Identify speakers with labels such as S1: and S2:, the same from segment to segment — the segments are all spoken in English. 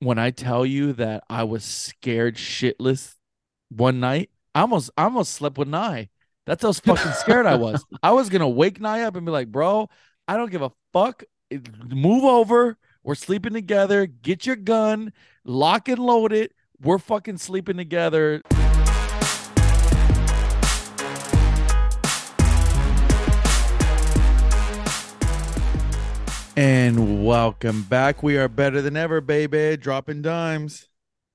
S1: when I tell you that I was scared shitless one night, I almost I almost slept with Nye. That's how fucking scared I was. I was gonna wake Nye up and be like, bro, I don't give a fuck. It- Move over. We're sleeping together. Get your gun, lock and load it. We're fucking sleeping together.
S2: And welcome back. We are better than ever, baby. Dropping dimes.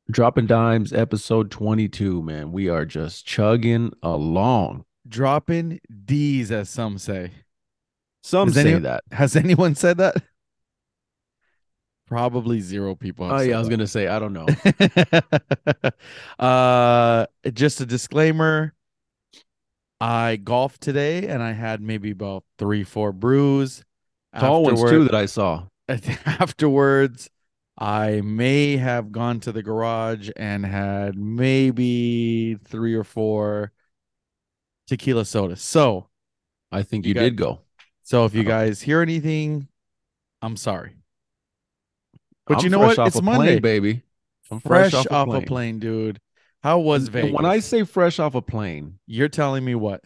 S3: Dropping Dimes episode 22, man. We are just chugging along.
S2: Dropping D's, as some say.
S3: Some
S2: Does
S3: say
S2: anyone-
S3: that.
S2: Has anyone said that? Probably zero people. have
S3: Oh,
S2: said
S3: yeah, I was
S2: that.
S3: going to say, I don't know.
S2: uh just a disclaimer i golfed today and i had maybe about three four brews
S3: Tall ones, too, that I saw.
S2: Afterward- afterwards i may have gone to the garage and had maybe three or four tequila sodas so
S3: I think
S2: You
S3: you,
S2: got-
S3: did go.
S2: so if you
S3: Oh.
S2: guys hear anything i'm sorry but
S3: I'm
S2: you know
S3: fresh
S2: what
S3: off
S2: it's
S3: a
S2: monday
S3: plane, baby. I'm
S2: fresh, off, a plane. dude how was vegas
S3: When I say fresh off a plane,
S2: You're telling me what?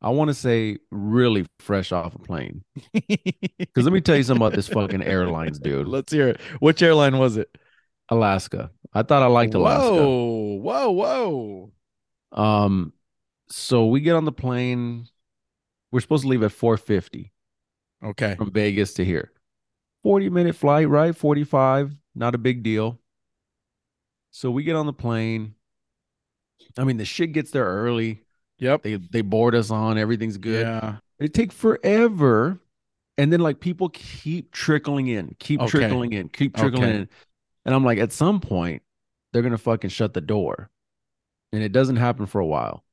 S3: I want to say really fresh off a plane. Because let me tell you something about this fucking airlines, dude.
S2: Let's hear it. Which airline was it?
S3: Alaska. I thought I liked Alaska.
S2: Whoa, whoa, whoa.
S3: Um, so we get on the plane. We're supposed to leave at 450
S2: Okay.
S3: from Vegas to here. 40 minute flight, right? 45, not a big deal. So we get on the plane. I mean, the shit gets there early.
S2: Yep.
S3: They they board us on, everything's good.
S2: Yeah.
S3: They take forever. And then like people keep trickling in, keep
S2: Okay.
S3: trickling in, keep trickling
S2: Okay.
S3: in. And I'm like, at some point, they're gonna fucking shut the door. And it doesn't happen for a while.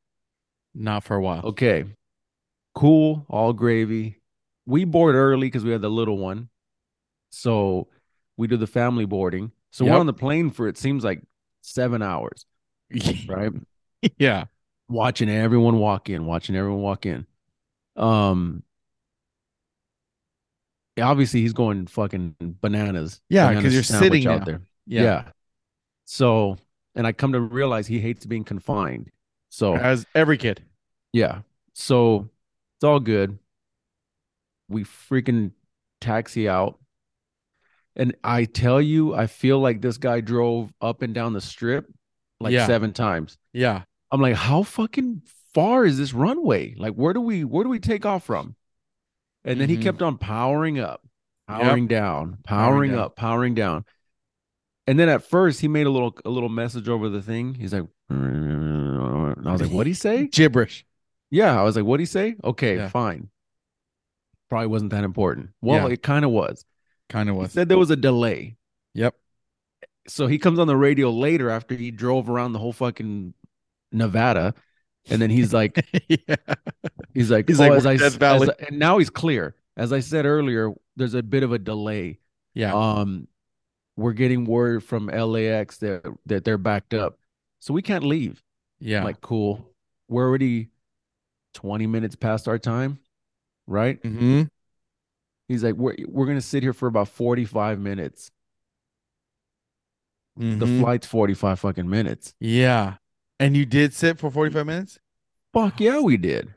S2: Not for a while.
S3: Okay. Cool. All gravy. We board early because we had the little one. So we do the family boarding. So
S2: Yep.
S3: we're on the plane for it seems like seven hours, right?
S2: yeah.
S3: watching everyone walk in, watching everyone walk in. Um obviously he's going fucking bananas.
S2: Yeah, 'cause
S3: banana
S2: you're
S3: sandwich
S2: sitting
S3: out
S2: now.
S3: there.
S2: Yeah.
S3: So and I come to realize he hates being confined. So
S2: As every kid.
S3: yeah. So it's all good. We freaking taxi out. And I tell you, I feel like this guy drove up and down the strip like
S2: Yeah.
S3: seven times.
S2: Yeah.
S3: I'm like, how fucking far is this runway? Like, where do we where do we take off from? And then
S2: Mhm.
S3: he kept on powering up,
S2: Yep.
S3: powering down, powering
S2: down.
S3: up, powering down. And then at first he made a little a little message over the thing. He's like, and I was like, what'd he say?
S2: Gibberish.
S3: Yeah, I was like, "What'd he say?" Okay,
S2: Yeah.
S3: fine. Probably wasn't that important. Well,
S2: Yeah.
S3: it kind of was.
S2: Kind of
S3: He
S2: was.
S3: said there was a delay,
S2: yep.
S3: so he comes on the radio later after he drove around the whole fucking Nevada, and then he's like,
S2: yeah.
S3: he's like,
S2: He's
S3: "Oh,
S2: like,
S3: as
S2: we're
S3: I
S2: Death
S3: s-
S2: Valley."
S3: as I- and now he's clear. As I said earlier, there's a bit of a delay.
S2: Yeah.
S3: Um, we're getting word from LAX that that they're backed up, so we can't leave.
S2: yeah.
S3: Like, cool. We're already twenty minutes past our time, right?
S2: mm-hmm.
S3: He's like, we're we're gonna sit here for about forty five minutes. The
S2: Mm-hmm.
S3: flight's forty five fucking minutes.
S2: yeah. And you did sit for 45 minutes?
S3: Fuck yeah, we did.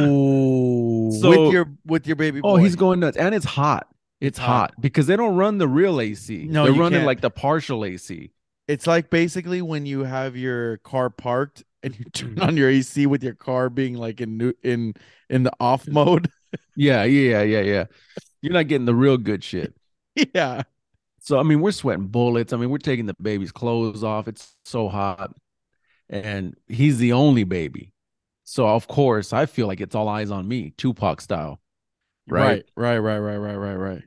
S2: Ooh.
S3: So-
S2: with your with your baby
S3: Oh,
S2: boy.
S3: he's going nuts, and it's hot. It's
S2: hot.
S3: hot, because they don't run the real AC.
S2: No,
S3: they're
S2: you
S3: running
S2: can't.
S3: like the partial AC.
S2: It's like basically when you have your car parked and you turn
S3: Mm-hmm.
S2: on your AC with your car being like in new, in in the off mode.
S3: Yeah, yeah, yeah, yeah. You're not getting the real good shit.
S2: yeah.
S3: So I mean, we're sweating bullets. I mean, we're taking the baby's clothes off. It's so hot, and he's the only baby. So of course, I feel like it's all eyes on me, Tupac style. Right.
S2: Right. Right. Right. Right. Right. Right.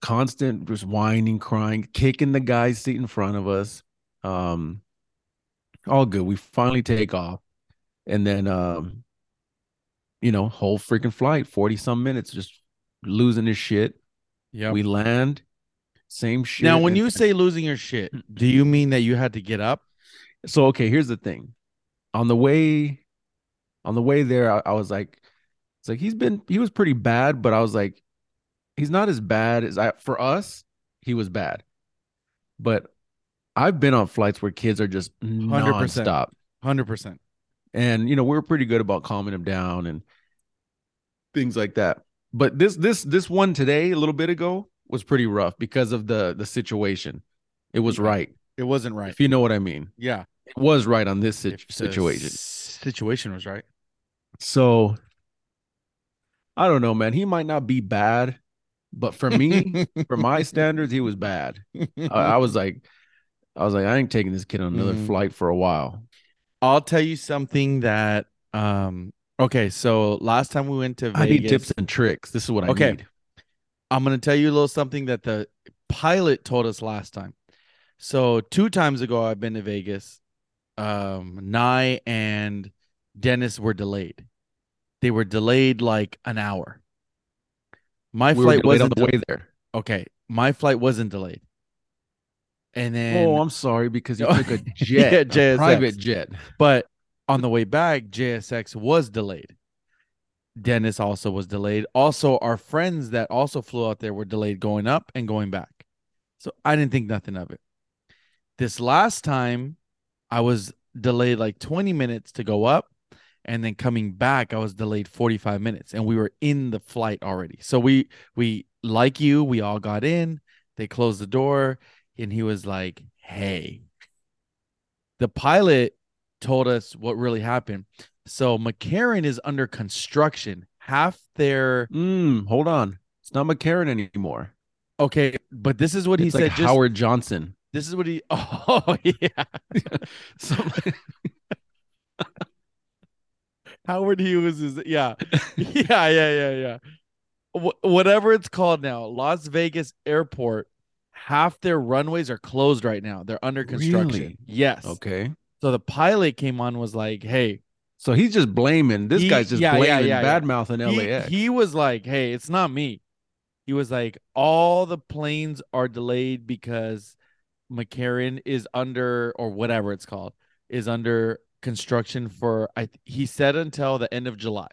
S3: constant just whining, crying, kicking the guy's seat in front of us. Um, all good. We finally take off, and then um, you know, whole freaking flight, forty some minutes, just losing his shit.
S2: Yeah.
S3: We land, same shit.
S2: Now, when
S3: and- Mm-hmm.
S2: you say losing your shit, do you mean that you had to get up?
S3: so okay, here's the thing. On the way, on the way there, I, I was like, it's like he's been he was pretty bad, but I was like, he's not as bad as I for us. He was bad. But I've been on flights where kids are just
S2: 100%.
S3: nonstop.
S2: hundred percent.
S3: and you know we are pretty good about calming them down and things like that but this this this one today a little bit ago was pretty rough because of the the situation it was
S2: Yeah.
S3: right
S2: It wasn't right.
S3: if you know what i mean
S2: yeah,
S3: it was right on this sit-
S2: If the
S3: situation
S2: s- situation was right.
S3: so i don't know man he might not be bad but for me for my standards he was bad I, I was like i was like i ain't taking this kid on another
S2: Mhm.
S3: flight for a while
S2: I'll tell you something that um okay, so last time we went to Vegas,
S3: i need tips and tricks this is what i
S2: Okay.
S3: need
S2: I'm gonna tell you a little something that the pilot told us last time. So two times ago I've been to Vegas. Um Nye and Dennis were delayed. They were delayed like an hour. My
S3: we were
S2: flight
S3: delayed on
S2: wasn't
S3: the way there
S2: del- okay. My flight wasn't delayed. And then
S3: Oh, I'm sorry because you
S2: No.
S3: took a jet,
S2: Yeah,
S3: a
S2: JSX.
S3: private jet.
S2: But on the way back, JSX was delayed. Dennis also was delayed. Also, our friends that also flew out there were delayed going up and going back. So I didn't think nothing of it. This last time, I was delayed like 20 minutes to go up. And then coming back, I was delayed 45 minutes and we were in the flight already. So we, we, like you, we all got in. They closed the door and he was like, Hey, the pilot told us what really happened. So McCarran is under construction. Half their
S3: Mm, hold on, it's not McCarran anymore.
S2: okay, but this is what he
S3: it's like
S2: said. just-
S3: Howard Johnson.
S2: this is what he. Oh yeah,
S3: So,
S2: Howard Hughes is yeah, yeah, yeah, yeah, yeah. Wh- whatever it's called now, Las Vegas Airport. Half their runways are closed right now. They're under construction.
S3: Really?
S2: Yes. Okay.
S3: okay,
S2: So the pilot came on was like, "Hey,
S3: so he's just blaming this
S2: He-
S3: guy's just
S2: yeah, yeah,
S3: blaming
S2: yeah, yeah.
S3: bad mouth in
S2: he-
S3: LAX.
S2: He, was like, "Hey, it's not me." He was like, "All the planes are delayed because McCarran is under or whatever it's called is under construction for I." th- He said until the end of July.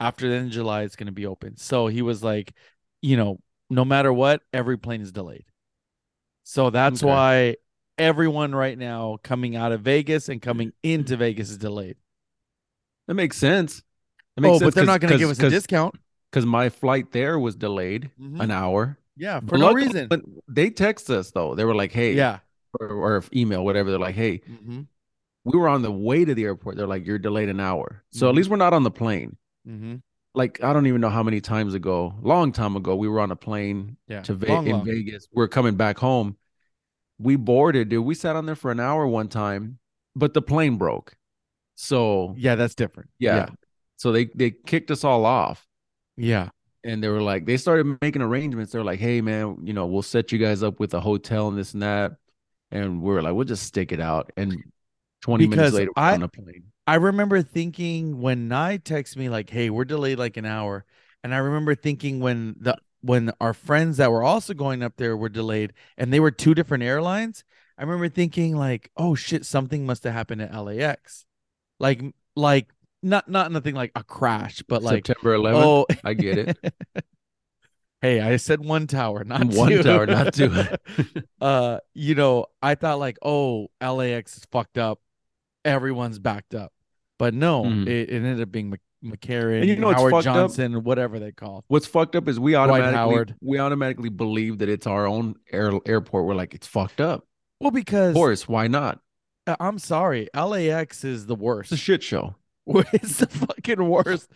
S2: After the end of July, it's going to be open. So he was like, you know, no matter what, every plane is delayed. So that's
S3: Okay.
S2: why everyone right now coming out of Vegas and coming into Vegas is delayed.
S3: that makes sense. That
S2: Oh,
S3: makes
S2: but they're not going to give us a
S3: because
S2: discount.
S3: because my flight there was delayed an hour
S2: Yeah, Mm. for
S3: But
S2: no
S3: luckily-
S2: reason.
S3: But they text us though. They were like, "Hey,"
S2: yeah.
S3: or, or email, whatever. They're like, "Hey,
S2: Mm-hmm.
S3: we were on the way to the airport. They're like, you're delayed an hour. So at
S2: Mhm.
S3: least we're not on the plane.
S2: Mm-hmm.
S3: Like I don't even know how many times ago, long time ago, we were on a plane
S2: Yeah.
S3: to Ve-
S2: Long,
S3: in
S2: long.
S3: Vegas. We're coming back home. We boarded, dude. We sat on there for an hour one time, but the plane broke. So
S2: Yeah, that's different.
S3: yeah, so they they kicked us all off,
S2: Yeah.
S3: and they were like, they started making arrangements. They were like, hey man, you know, we'll set you guys up with a hotel and this and that, and we were like, we'll just stick it out. And twenty
S2: Because
S3: minutes later, we're
S2: I-
S3: on a plane.
S2: I remember thinking when Nye texted me like, "Hey, we're delayed like an hour," and I remember thinking when the when our friends that were also going up there were delayed, and they were two different airlines. I remember thinking like, "Oh shit, something must have happened at LAX," like like not not nothing like a crash, but like
S3: September 11th.
S2: oh
S3: I get it.
S2: hey, I said one tower, not
S3: One
S2: two.
S3: tower, not two.
S2: uh, you know, I thought like, oh, LAX is fucked up. Everyone's backed up. But no,
S3: Mhm.
S2: it, it ended up being Mc- McCarran,
S3: And you know what's
S2: Howard
S3: fucked up?
S2: Johnson, whatever they call.
S3: What's fucked up is we automatically
S2: Howard.
S3: we automatically believe that it's our own air, airport. We're like, it's fucked up.
S2: Well, because
S3: Of course, why not?
S2: uh, I'm sorry, LAX is the worst.
S3: It's a shit show.
S2: it's the fucking worst.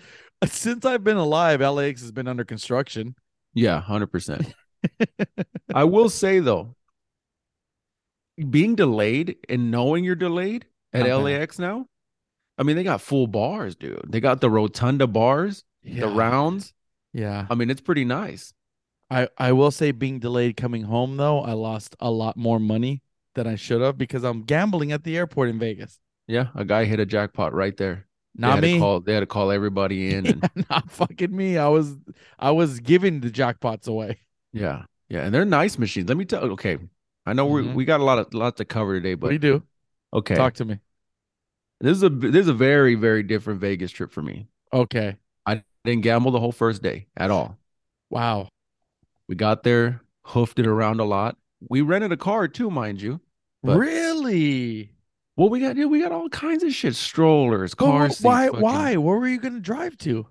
S2: Since I've been alive, LAX has been under construction.
S3: Yeah, hundred percent. I will say though, being delayed and knowing you're delayed at
S2: Not bad.
S3: LAX now. I mean, they got full bars, dude. They got the rotunda bars, the
S2: Yeah.
S3: rounds.
S2: Yeah.
S3: I mean, it's pretty nice.
S2: I, I will say being delayed coming home though, I lost a lot more money than I should have because I'm gambling at the airport in Vegas.
S3: Yeah, a guy hit a jackpot right there.
S2: Not
S3: they had
S2: me.
S3: To call, they had to call everybody in, and
S2: Not fucking me. I was I was giving the jackpots away.
S3: Yeah, yeah, and they're nice machines. Let me tell. Okay, I know we
S2: Mhm.
S3: we got a lot of lot to cover today,
S2: What do you
S3: but
S2: do?
S3: okay,
S2: Talk to me.
S3: this is a this is a very very different Vegas trip for me.
S2: Okay.
S3: I didn't gamble the whole first day at all.
S2: Wow.
S3: We got there, hoofed it around a lot. We rented a car too, mind you. But-
S2: really?
S3: Well, we got dude, we got all kinds of shit: strollers,
S2: Go-
S3: car seats.
S2: why?
S3: fucking-
S2: Why? Where were you gonna drive to?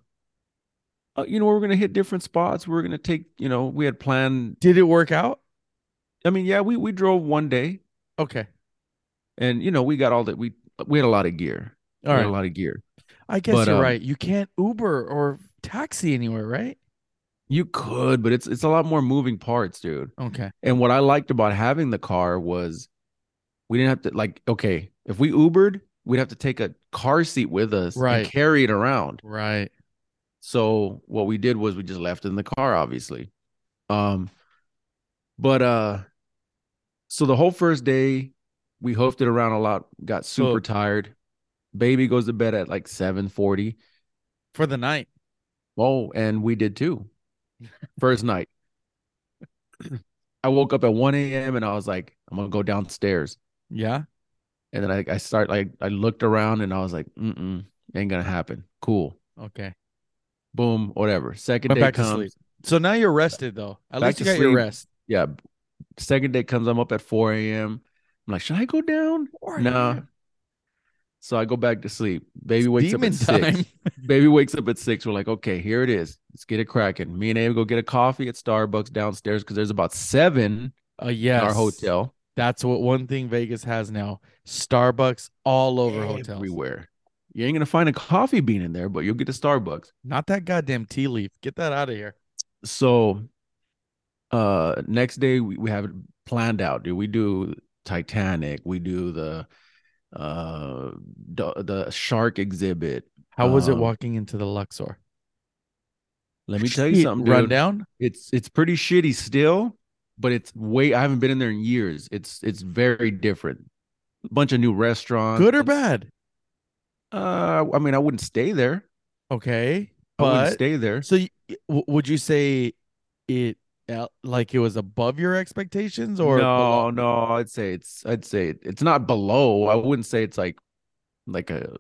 S3: Uh, you know, we're gonna hit different spots. We're gonna take. You know, we had planned.
S2: Did it work out?
S3: I mean, yeah, we we drove one day,
S2: Okay.
S3: and you know, we got all that. We we had a lot of gear. we
S2: All right.
S3: had a lot of gear.
S2: I guess
S3: But,
S2: you're
S3: um,
S2: right. You can't Uber or taxi anywhere, right?
S3: You could, but it's it's a lot more moving parts, dude.
S2: Okay.
S3: And what I liked about having the car was we didn't have to like okay, if we Ubered, we'd have to take a car seat with us
S2: Right.
S3: and carry it around.
S2: Right.
S3: So what we did was we just left it in the car, obviously. Um, but uh, so the whole first day we hoofed it around a lot, got super
S2: Hoofed.
S3: tired. Baby goes to bed at like seven forty.
S2: For the night.
S3: Oh, and we did too. First night. I woke up at 1 a.m. and I was like, I'm gonna go downstairs.
S2: Yeah.
S3: And then I, I start like I looked around and I was like, mm-mm, ain't gonna happen. Cool.
S2: Okay.
S3: Boom, whatever. Second
S2: Went
S3: day
S2: back to
S3: comes.
S2: sleep. So now you're rested though. At
S3: Back
S2: least you
S3: to
S2: got your
S3: sleep.
S2: rest.
S3: Yeah. Second day comes, I'm up at 4 a.m. I'm like, should I go down? Nah. So I go back to sleep. Baby wakes
S2: Demon
S3: up at
S2: time.
S3: six. Baby wakes up at six. We're like, okay, here it is. Let's get it cracking. Me and Abe go get a coffee at Starbucks downstairs because there's about seven
S2: Uh, yes.
S3: in our hotel.
S2: That's what one thing Vegas has now. Starbucks all over hotels.
S3: everywhere. You ain't gonna find a coffee bean in there, but you'll get a Starbucks.
S2: Not that goddamn tea leaf. Get that out of here.
S3: So uh next day we, we have it planned out, dude. We do Titanic, we do the uh the, the shark exhibit.
S2: How was it
S3: Um,
S2: walking into the Luxor?
S3: Let me tell you something, dude.
S2: Run down.
S3: It's it's pretty shitty still, but it's way I haven't been in there in years. It's it's very different. Bunch of new restaurants.
S2: Good or bad?
S3: Uh I mean I wouldn't stay there.
S2: Okay.
S3: I
S2: But
S3: wouldn't stay there.
S2: So, y- w- would you say it uh, like it was above your expectations, or
S3: no
S2: below?
S3: no i'd say it's i'd say it- it's not below i wouldn't say it's like like a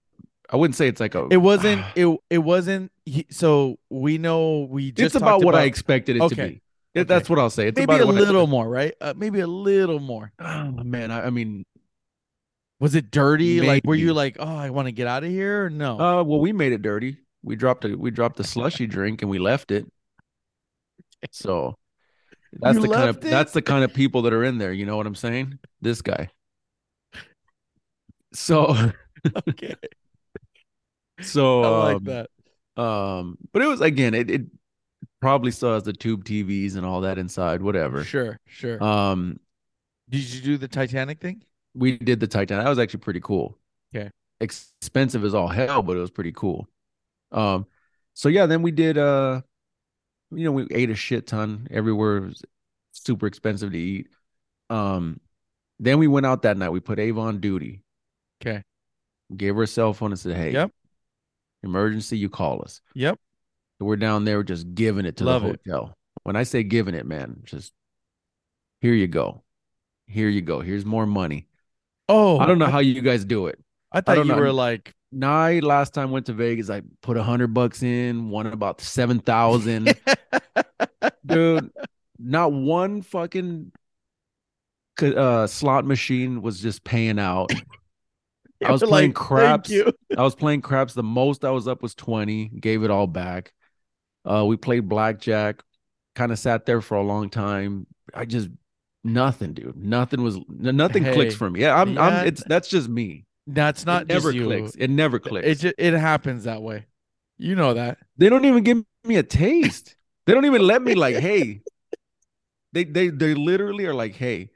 S3: i wouldn't say it's like a
S2: It wasn't. It it wasn't. he- So we know we
S3: it's
S2: just
S3: about
S2: talked
S3: what i expected it to
S2: Okay,
S3: be It- that's what i'll say it's
S2: Maybe
S3: about
S2: a
S3: what I-
S2: little more, right? Uh, maybe a little more.
S3: oh man I, I mean
S2: Was it dirty? Like, were you
S3: Maybe.
S2: like, oh, I want to get out of here? Or no.
S3: uh well we made it dirty we dropped a we dropped the slushy drink and we left it so that's
S2: You
S3: the kind of
S2: left it?
S3: that's the kind of people that are in there you know what i'm saying this guy so
S2: okay, I
S3: so
S2: like
S3: um,
S2: that.
S3: Um, but it was again, it, it probably still has the tube TVs and all that inside, whatever.
S2: Sure, sure.
S3: Um,
S2: Did you do the Titanic thing?
S3: we did the Titan. That was actually pretty cool.
S2: Okay.
S3: Expensive as all hell, but it was pretty cool. Um, so yeah, then we did uh you know, we ate a shit ton everywhere. It was super expensive to eat. Um, then we went out that night. We put Ava on duty.
S2: Okay.
S3: Gave her a cell phone and said, Hey,
S2: Yep.
S3: emergency, you call us.
S2: Yep.
S3: So we're down there just giving it to
S2: Love
S3: the
S2: it.
S3: hotel. When I say giving it, man, just here you go. Here you go. Here's more money.
S2: Oh,
S3: I don't know how you guys do it.
S2: I thought you
S3: don't know.
S2: were like,
S3: I last time went to Vegas, I put a hundred bucks in, won about seven thousand. Dude, not one fucking c- uh slot machine was just paying out. I was
S2: We're
S3: playing
S2: like, "Thank
S3: craps.
S2: you."
S3: I was playing craps. The most I was up was 20, gave it all back. Uh, we played blackjack, kind of sat there for a long time. I just nothing, dude. Nothing was n- nothing clicks
S2: Hey,
S3: for me. Yeah, I'm,
S2: yeah.
S3: I'm it's that's just me.
S2: That's
S3: it
S2: not
S3: never
S2: just you.
S3: clicks. It never clicks.
S2: It just, it happens that way. You know that.
S3: they don't even give me a taste. they don't even let me like, hey. They they they literally are like, hey.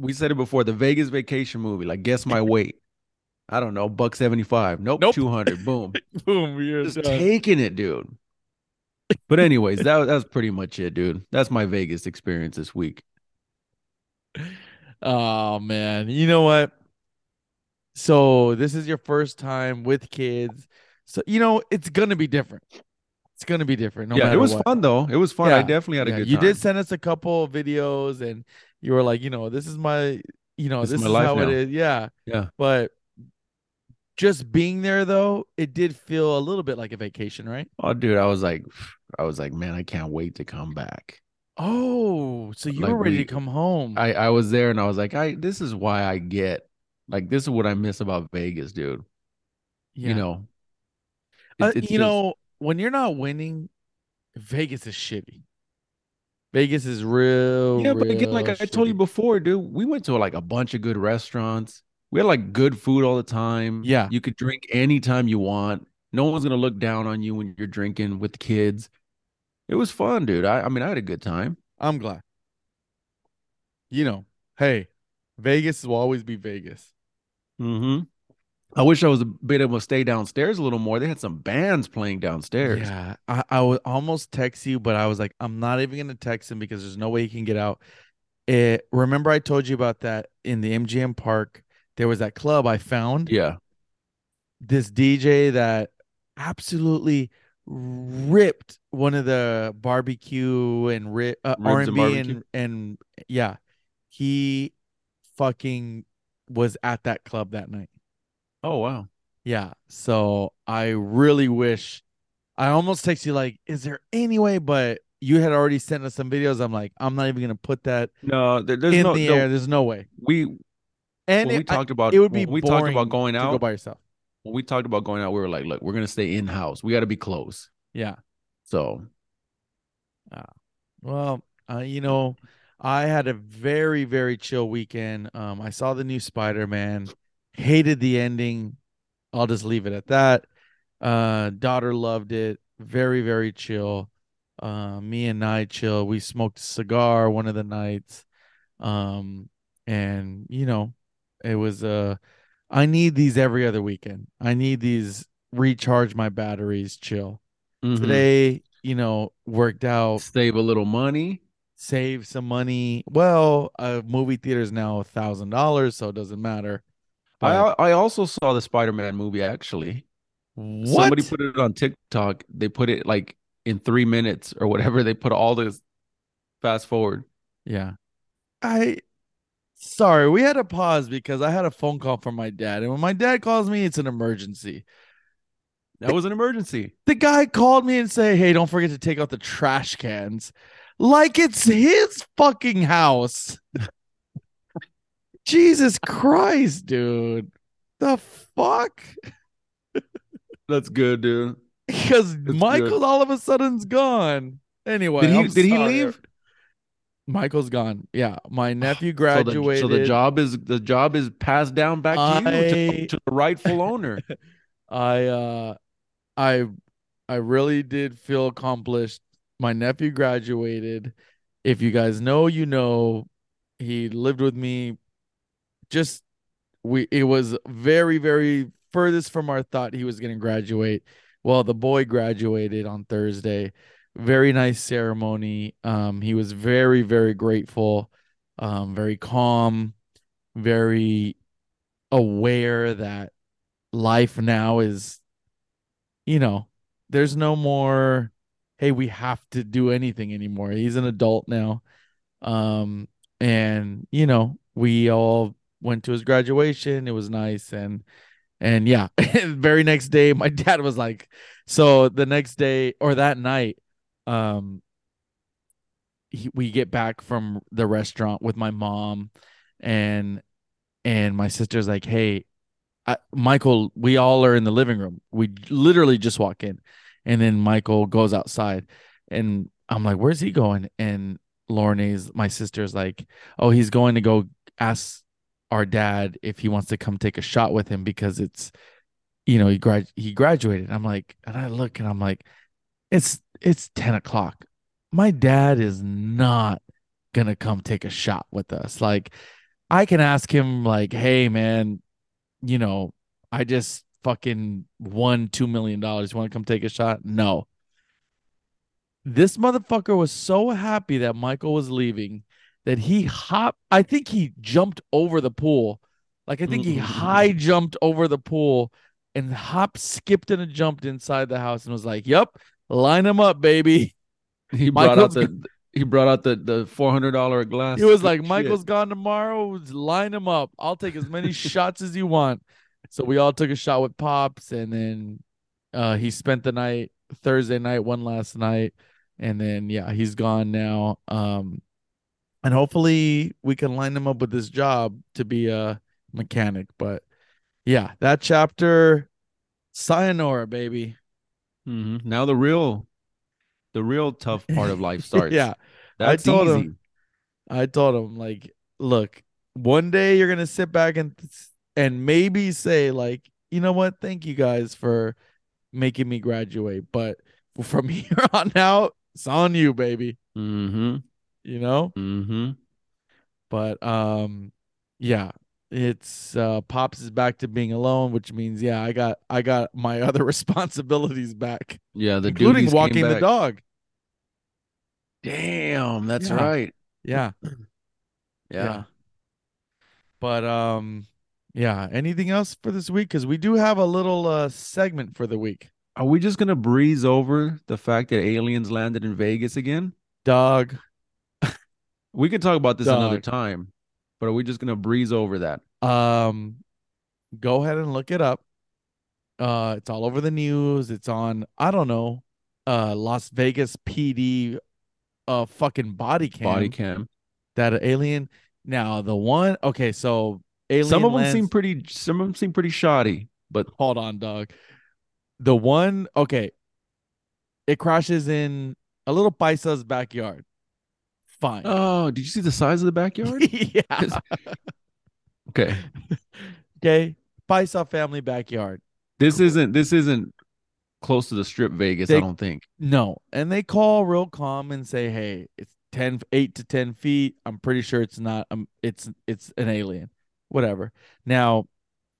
S3: We said it before, the Vegas vacation movie, like guess my weight. I don't know, buck 75. Nope,
S2: Nope. uh,
S3: 200. Boom.
S2: Boom, you're
S3: Just
S2: done.
S3: taking it, dude. But anyways, that was, that was pretty much it, dude. That's my Vegas experience this week.
S2: Oh man, you know what? So this is your first time with kids, so you know it's gonna be different. It's gonna be different. No
S3: yeah, it
S2: matter
S3: was
S2: what.
S3: fun though. It was fun. I
S2: Yeah,
S3: definitely had a
S2: Yeah,
S3: good
S2: you
S3: time.
S2: did send us a couple of videos, and you were like, you know, this is my, you know,
S3: This is
S2: this,
S3: my
S2: is
S3: life
S2: how it
S3: now.
S2: is. Yeah,
S3: Yeah.
S2: But just being there though, it did feel a little bit like a vacation, right?
S3: oh, dude, I was like, I was like, man, I can't wait to come back.
S2: Oh, so you
S3: Like,
S2: were ready
S3: we-
S2: to come home.
S3: I I was there and I was like, I this is why I get like this is what I miss about Vegas, dude.
S2: yeah.
S3: You know,
S2: Uh,
S3: It's- it's
S2: you
S3: just-
S2: know, when you're not winning, Vegas is shitty. Vegas is real.
S3: Yeah, but again,
S2: real
S3: like I, I told you
S2: shitty.
S3: before, dude, we went to like a bunch of good restaurants. We had like good food all the time.
S2: Yeah.
S3: You could drink anytime you want. No one's gonna look down on you when you're drinking with the kids. It was fun, dude. I, I mean, I had a good time.
S2: I'm glad. You know, hey, Vegas will always be Vegas.
S3: Mm-hmm. I wish I was a bit able to stay downstairs a little more. They had some bands playing downstairs.
S2: Yeah, I, I would almost text you, but I was like, I'm not even gonna text him because there's no way he can get out. Eh, remember, I told you about that in the MGM Park. There was that club I found.
S3: Yeah.
S2: this DJ that absolutely ripped one of the barbecue and ri- uh,
S3: Ribs and
S2: R&B and,
S3: barbecue?
S2: and yeah, he fucking was at that club that night.
S3: Oh wow.
S2: Yeah, so I really wish I almost text you like, is there any way? But you had already sent us some videos. I'm like, I'm not even gonna put that
S3: No, there- there's
S2: in
S3: no,
S2: the
S3: no-
S2: air. There's no way.
S3: we
S2: And
S3: when we
S2: it, I-
S3: talked about
S2: it would be
S3: when we talked
S2: boring
S3: about going
S2: to
S3: out.
S2: go by yourself.
S3: when we talked about going out, we were like, look, we're gonna stay in house. We got to be close.
S2: Yeah.
S3: So
S2: Well, uh, you know, I had a very, very chill weekend. Um, I saw the new Spider Man, hated the ending. I'll just leave it at that. Uh, daughter loved it. Very, very chill. Uh, me and I chill. We smoked a cigar one of the nights. Um, and you know, it was uh, I need these every other weekend. I need these recharge my batteries, chill. Mm-hmm.
S3: today,
S2: Today, you know, worked out
S3: save a little money.
S2: save some money. Well, a movie theater is now a thousand dollars, so it doesn't matter.
S3: I
S2: But
S3: I also saw the Spider Man movie actually.
S2: what?
S3: Somebody put it on TikTok. They put it like in three minutes or whatever. They put all this fast forward.
S2: yeah, I. Sorry, we had to pause because I had a phone call from my dad, and when my dad calls me, it's an emergency.
S3: That was an emergency.
S2: The guy called me and say, "Hey, don't forget to take out the trash cans," like it's his fucking house. Jesus Christ, dude! The fuck?
S3: That's good, dude.
S2: Because
S3: good.
S2: Michael all of a sudden's gone. Anyway,
S3: Did he-
S2: I'm
S3: did he
S2: sorry.
S3: leave?
S2: Michael's gone. Yeah, my nephew
S3: So the-
S2: graduated.
S3: So the, job is the job is passed down back to you
S2: I-
S3: to, to the rightful owner.
S2: I uh, I, I really did feel accomplished. My nephew graduated. If you guys know, you know, he lived with me. Just we, it was very, very furthest from our thought he was going to graduate. Well, the boy graduated on Thursday. Very nice ceremony. Um, he was very, very grateful, um, very calm, very aware that life now is, you know, there's no more, hey, we have to do anything anymore. He's an adult now. Um, and, you know, we all went to his graduation. It was nice. And, and yeah, very next day, my dad was like, so the next day or that night, um, he, we get back from the restaurant with my mom and and my sister's like hey I, michael we all are in the living room we literally just walk in and then michael goes outside and i'm like where's he going and lauren is my sister's like oh he's going to go ask our dad if he wants to come take a shot with him because it's you know he grad he graduated i'm like and i look and i'm like it's it's 10 o'clock my dad is not gonna come take a shot with us like i can ask him like hey man you know i just fucking won two million dollars want to come take a shot no this motherfucker was so happy that michael was leaving that he hop i think he jumped over the pool like i think he
S3: Mm-mm-mm-mm.
S2: high jumped over the pool and hop skipped and a jumped inside the house and was like yep line him up baby
S3: He brought
S2: Michael's
S3: out the he brought out the the four hundred dollar glass.
S2: He was like,
S3: Shit.
S2: Michael's gone tomorrow. just Line him up. I'll take as many shots as you want. So we all took a shot with Pops, and then uh, he spent the night Thursday night, one last night And then yeah, he's gone now. Um, and hopefully we can line him up with this job to be a mechanic. But yeah, that chapter, sayonara, baby.
S3: Mhm. Now the real, the real tough part of life starts.
S2: yeah,
S3: that's
S2: told
S3: easy.
S2: him. I told him like, look, one day you're gonna sit back and and maybe say like, you know what? Thank you guys for making me graduate, but from here on out, it's on you, baby.
S3: Mm-hmm.
S2: You know.
S3: Mm-hmm.
S2: But um, yeah, it's uh, pops is back to being alone, which means yeah, I got I got my other responsibilities back,
S3: Yeah, the
S2: including
S3: duties came
S2: walking the
S3: back.
S2: dog.
S3: Damn, that's
S2: Yeah.
S3: right.
S2: Yeah,
S3: Yeah.
S2: Yeah. But um yeah, anything else for this week cuz we do have a little uh segment for the week.
S3: Are we just gonna breeze over the fact that aliens landed in Vegas again?
S2: Dog.
S3: We could talk about this another
S2: Dog.
S3: time, but are we just gonna breeze over that?
S2: Um go ahead and look it up. Uh it's all over the news. It's on I don't know, uh Las Vegas PD uh fucking body cam
S3: Body cam.
S2: that a alien. Now the one okay, so alien
S3: Some of them
S2: lands-
S3: seem pretty. Some of them seem pretty shoddy, but
S2: hold on, dog. The one, okay, it crashes in a little paisa's backyard. Fine.
S3: oh, did you see the size of the backyard?
S2: yeah.
S3: okay,
S2: Okay. Paisa family backyard.
S3: this isn't. This isn't close to the strip, Vegas. I
S2: They-
S3: don't think.
S2: No. And they call real calm and say, hey, it's 10, 8 to 10 feet. I'm pretty sure it's not, um, it's, it's an alien, whatever. Now,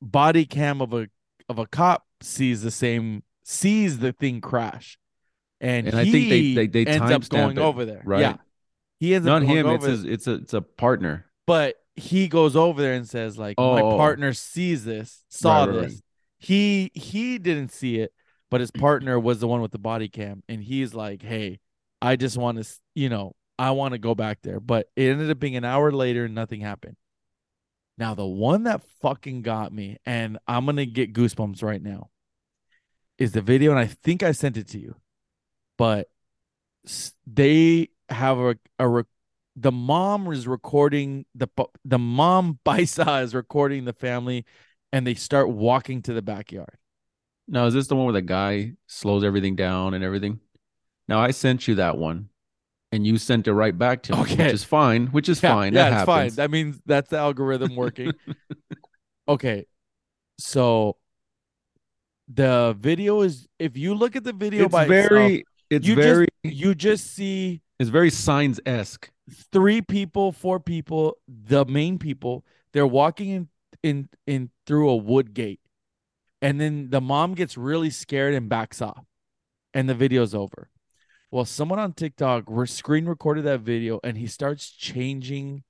S2: body cam of a, of a cop sees the same, sees the thing crash. And,
S3: And I think they-
S2: he
S3: they- they
S2: ends up
S3: timestamp
S2: going
S3: it,
S2: over there.
S3: right?
S2: Yeah. He ends
S3: Not
S2: up going
S3: him. It's
S2: over
S3: his, it's a it's a partner.
S2: but he goes over there and says like my
S3: Oh.
S2: partner sees this saw
S3: Right, right, right.
S2: this he he didn't see it but his partner was the one with the body cam and he's like hey i just want to you know i want to go back there but it ended up being an hour later and nothing happened now the one that fucking got me and i'm gonna get goosebumps right now is the video and i think i sent it to you but s- they have a, a re- the mom is recording the pa- the mom paisa is recording the family and they start walking to the backyard
S3: Now, is this the one where the guy slows everything down and everything? Now, I sent you that one, and you sent it right back to me,
S2: Okay.
S3: which is fine. Which is
S2: yeah,
S3: fine.
S2: yeah
S3: that
S2: it's fine
S3: happens.
S2: that means that's the algorithm working okay so the video is if you look at the video
S3: it's
S2: by
S3: very.
S2: itself,
S3: it's
S2: you
S3: very.
S2: just, you just see
S3: it's very signs esque.
S2: three people, four people, the main people, they're walking in in in through a wood gate. And then the mom gets really scared and backs off. And the video's over. Well, someone on TikTok re- screen recorded that video and he starts changing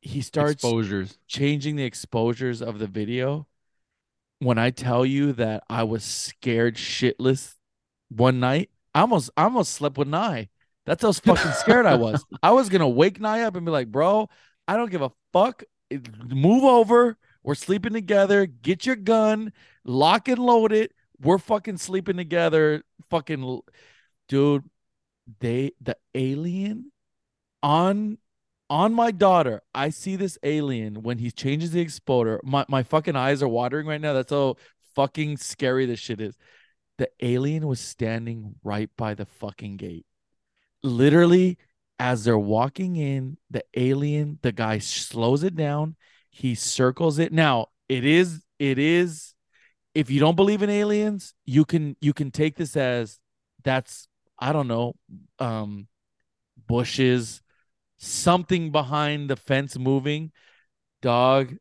S2: he starts
S3: exposures.
S2: changing the exposures of the video. When I tell you that I was scared shitless one night, I almost I almost slept with Nye. That's how fucking scared I was. I was gonna wake Nye up and be like, bro, I don't give a fuck. It- Move over. We're sleeping together. Get your gun, lock and load it. We're fucking sleeping together. Fucking l- dude, they the alien on on my daughter, I see this alien when he changes the exposure. My my fucking eyes are watering right now. That's how fucking scary this shit is. The alien was standing right by the fucking gate. Literally, as they're walking in, the alien, the guy slows it down. He circles it. Now, it is, it is, if you don't believe in aliens, you can you can take this as that's I don't know, um bushes something behind the fence moving. Dog,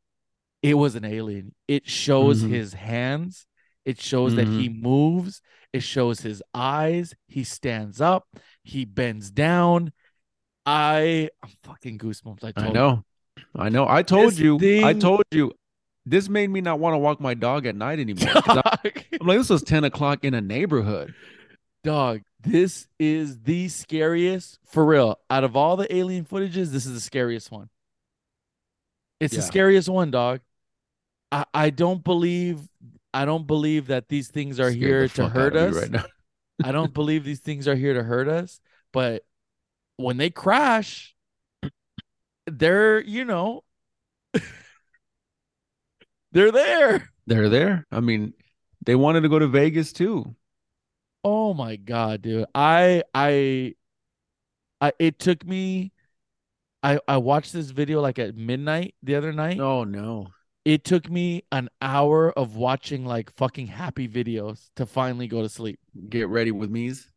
S2: it was an alien. It shows
S3: Mhm.
S2: his hands. It shows that
S3: Mhm.
S2: he moves. It shows his eyes. He stands up. He bends down. I I'm fucking goosebumps. I told
S3: I
S2: you.
S3: know. I know. I told
S2: This
S3: you. I
S2: thing-
S3: told you. This made me not want to walk my dog at night anymore. 'cause I-
S2: Dog.
S3: I'm like, this was 10 o'clock in a neighborhood.
S2: Dog, this is the scariest for real. Out of all the alien footages, this is the scariest one. It's the
S3: Yeah.
S2: scariest one, dog. I, I don't believe I don't believe that these things are
S3: Scared
S2: here
S3: the
S2: to
S3: fuck
S2: hurt
S3: out of
S2: us.
S3: you right now.
S2: I don't believe these things are here to hurt us, but when they crash, they're, you know, they're there.
S3: They're there. I mean, they wanted to go to Vegas too.
S2: Oh my god, dude. I I I it took me I I watched this video like at midnight the other night.
S3: Oh no.
S2: It took me an hour of watching like fucking happy videos to finally go to sleep.
S3: Get ready with me's.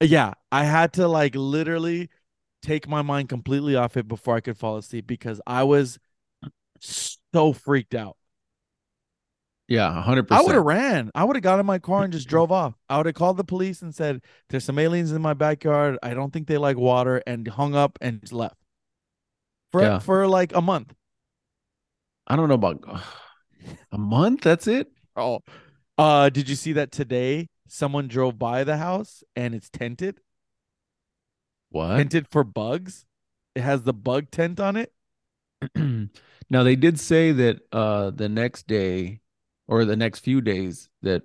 S2: Yeah, I had to like literally take my mind completely off it before I could fall asleep because I was so freaked out.
S3: Yeah, hundred
S2: I
S3: percent.
S2: would
S3: Mm-hmm.
S2: have ran. I would have got in my car and just drove off. I would have called the police and said, "There's some aliens in my backyard. I don't think they like water," and hung up and just left for
S3: Yeah.
S2: for like a month.
S3: I don't know about a month. That's it.
S2: Oh, uh, did you see that today? Someone drove by the house and it's tented,
S3: What?
S2: tented for bugs. It has the bug tent on it.
S3: now they did say that uh the next day or the next few days that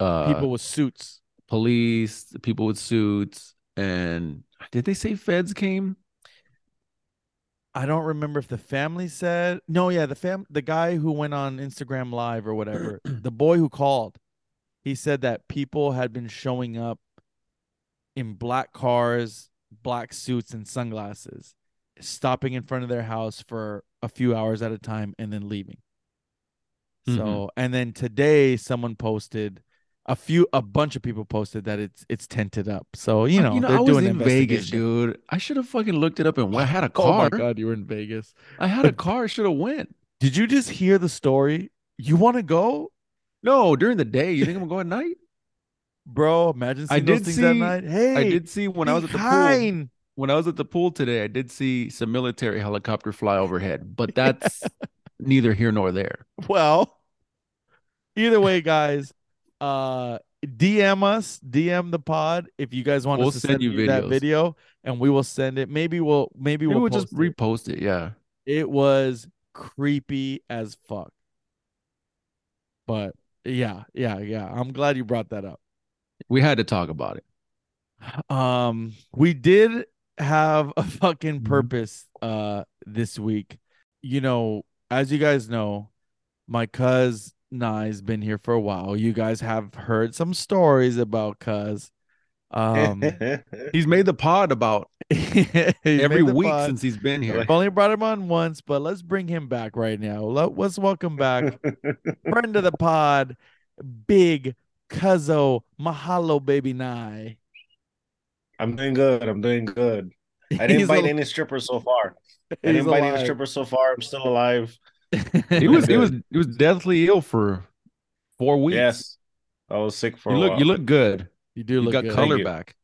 S3: uh
S2: People with suits.
S3: police, the people with suits, and did they say feds came?
S2: I don't remember if the family said no. Yeah, the fam, the guy who went on Instagram Live or whatever, the boy who called, he said that people had been showing up in black cars, black suits, and sunglasses, stopping in front of their house for a few hours at a time and then leaving.
S3: Mm-hmm.
S2: So, and then today someone posted a few, a bunch of people posted that it's it's tented up. So you know, they're
S3: I was
S2: doing
S3: in Vegas, dude. I should have fucking looked it up and went. I had a car.
S2: Oh my god, you were in Vegas.
S3: I had a car. I should have went.
S2: Did you just hear the story? You want to go,
S3: No, during the day. You think I'm gonna go at night?
S2: bro? Imagine
S3: I
S2: seeing those
S3: did
S2: things at
S3: see-
S2: night. Hey,
S3: I did see when I was at the pool.
S2: behind.
S3: When I was at the pool today, I did see some military helicopter fly overhead, but that's neither here nor there.
S2: Well, either way, guys, uh, DM us, DM the pod if you guys want
S3: We'll
S2: us to
S3: send
S2: send
S3: you
S2: you that
S3: videos.
S2: video, and we will send it. Maybe we'll maybe,
S3: Maybe
S2: we'll,
S3: we'll just
S2: post it.
S3: repost it. Yeah.
S2: it was creepy as fuck. But yeah, yeah, yeah. I'm glad you brought that up.
S3: We had to talk about it.
S2: Um, we did have a fucking
S4: Mm-hmm.
S3: Mhm.
S2: purpose uh this week. You know, as you guys know, my cuz Nye's been here for a while. You guys have heard some stories about cuz. Um
S3: He's made the pod about every
S2: every
S3: week since he's been here.
S2: I've only brought him on once, but let's bring him back right now. Let, let's welcome back friend of the pod, big cuzzo mahalo baby Nye.
S4: I'm doing good. I'm doing good. I didn't
S2: He's
S4: bite
S2: al-
S4: any strippers so far. I
S2: he's
S4: didn't bite
S2: alive.
S4: any strippers so far. I'm still alive.
S3: He was he was he was deathly ill for four weeks.
S4: Yes. I was sick for
S3: You
S4: a
S3: look
S4: while.
S3: you look good.
S2: You do
S3: You
S2: look
S3: got
S2: good.
S3: color
S4: you.
S3: back.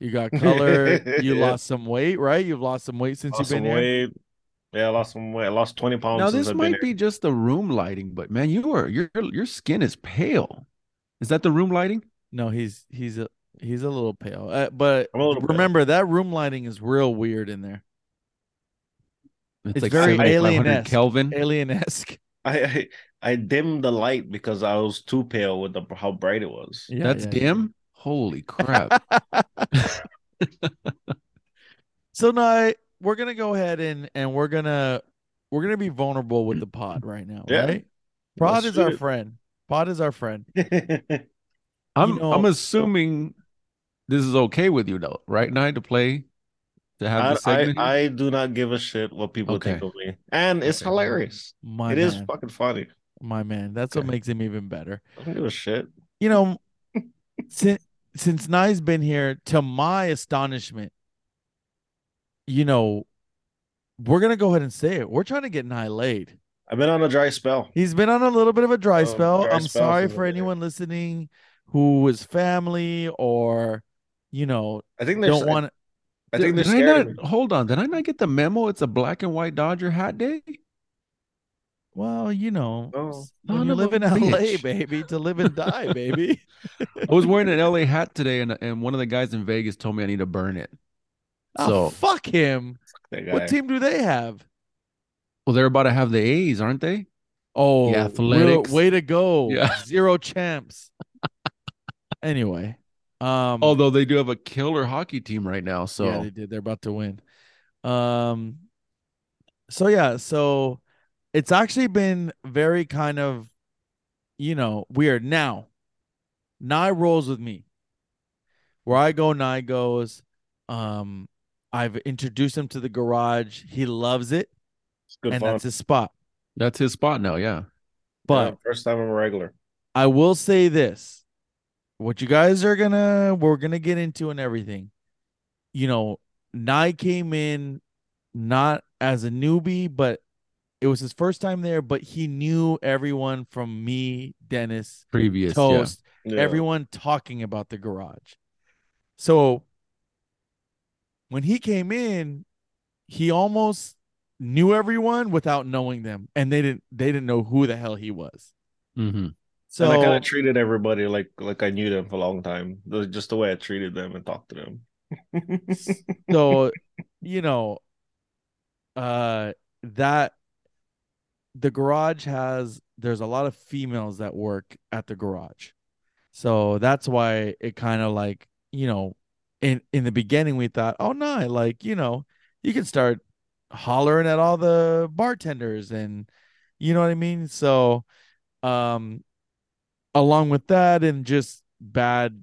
S2: You got color. you
S4: Yeah.
S2: lost some weight, right? You've lost some weight since
S4: lost
S2: you've
S4: some
S2: been here.
S4: weight. Yeah, I lost some weight. I lost 20 pounds
S3: Now
S4: since
S3: this
S4: I've been
S3: might be just the room lighting, but man, you are your your skin is pale. Is that the room lighting?
S2: No, he's he's a he's a little pale. Uh, but
S4: I'm a little pale.
S2: remember that room lighting is real weird in there,
S3: It's,
S2: It's
S3: like
S2: very
S3: 7500
S2: alien-esque.
S3: Kelvin.
S2: alien esque.
S4: here. I, I I dimmed the light because I was too pale with the how bright it was.
S3: That's dim. Holy crap!
S2: So now we're gonna go ahead and and we're gonna we're gonna be vulnerable with the pod right now,
S4: Yeah.
S2: right? Pod
S4: Let's
S2: is
S4: do
S2: our
S4: it.
S2: friend. Pod is our friend.
S3: I'm I'm
S2: know-
S3: assuming this is okay with you though, right? Now to play to have
S4: I,
S3: this
S4: I,
S3: segment.
S4: I do not give a shit what people think
S3: Okay.
S4: of me. And it's
S3: Okay.
S4: hilarious.
S2: My
S4: It
S2: man,
S4: is fucking funny.
S2: my man. That's what
S3: Okay.
S2: makes him even better.
S4: I don't give a shit.
S2: you know, since since Nye's been here, to my astonishment, you know, we're gonna go ahead and say it. We're trying to get Nye laid.
S4: I've been on a dry spell.
S2: He's been on a little bit of a dry
S4: Oh,
S2: spell.
S4: dry
S2: I'm
S4: spell
S2: sorry
S4: for the
S2: for
S4: year.
S2: anyone listening who is family or you know
S4: I think there's
S2: don't want.
S4: I think they're
S3: did I
S4: scared of
S3: not
S4: me.
S3: hold on? Did I not get the memo? It's a black and white Dodger hat day.
S2: Well, you know,
S4: Oh.
S2: when
S3: Son
S2: you
S3: of
S2: live
S3: a
S2: in LA,
S3: bitch.
S2: baby, to live and die, baby.
S3: I was wearing an LA hat today, and and one of the guys in Vegas told me I need to burn it. So-
S2: oh, fuck him.
S4: That guy.
S2: What team do they have?
S3: Well, they're about to have the A's, aren't they?
S2: Oh, real-
S3: athletics.
S2: way to go.
S3: Yeah.
S2: Zero champs. anyway, Um,
S3: Although they do have a killer hockey team right now, so
S2: yeah, they did. They're about to win. Um, so yeah, so it's actually been very kind of, you know, weird. Now, Nye rolls with me. Where I go, Nye goes. Um, I've introduced him to the garage. He loves it,
S4: It's good
S2: and
S4: fun.
S2: that's his spot.
S3: that's his spot now. Yeah,
S2: But
S4: Yeah, first time I'm a regular.
S2: I will say this. What you guys are gonna we're gonna get into and everything. You know, Nye came in not as a newbie, but it was his first time there, but he knew everyone from me, Dennis,
S3: previous. Yeah.
S2: Toast,
S4: Yeah.
S2: everyone talking about the garage. So when he came in, he almost knew everyone without knowing them, and they didn't they didn't know who the hell he was.
S3: Mm-hmm.
S2: So
S4: and I kind of treated everybody like like I knew them for a long time. The- Just the way I treated them and talked to them.
S2: so you know uh that the garage has there's a lot of females that work at the garage so that's why it kind of like you know in in the beginning we thought oh no like you know you can start hollering at all the bartenders and you know what i mean so um along with that and just bad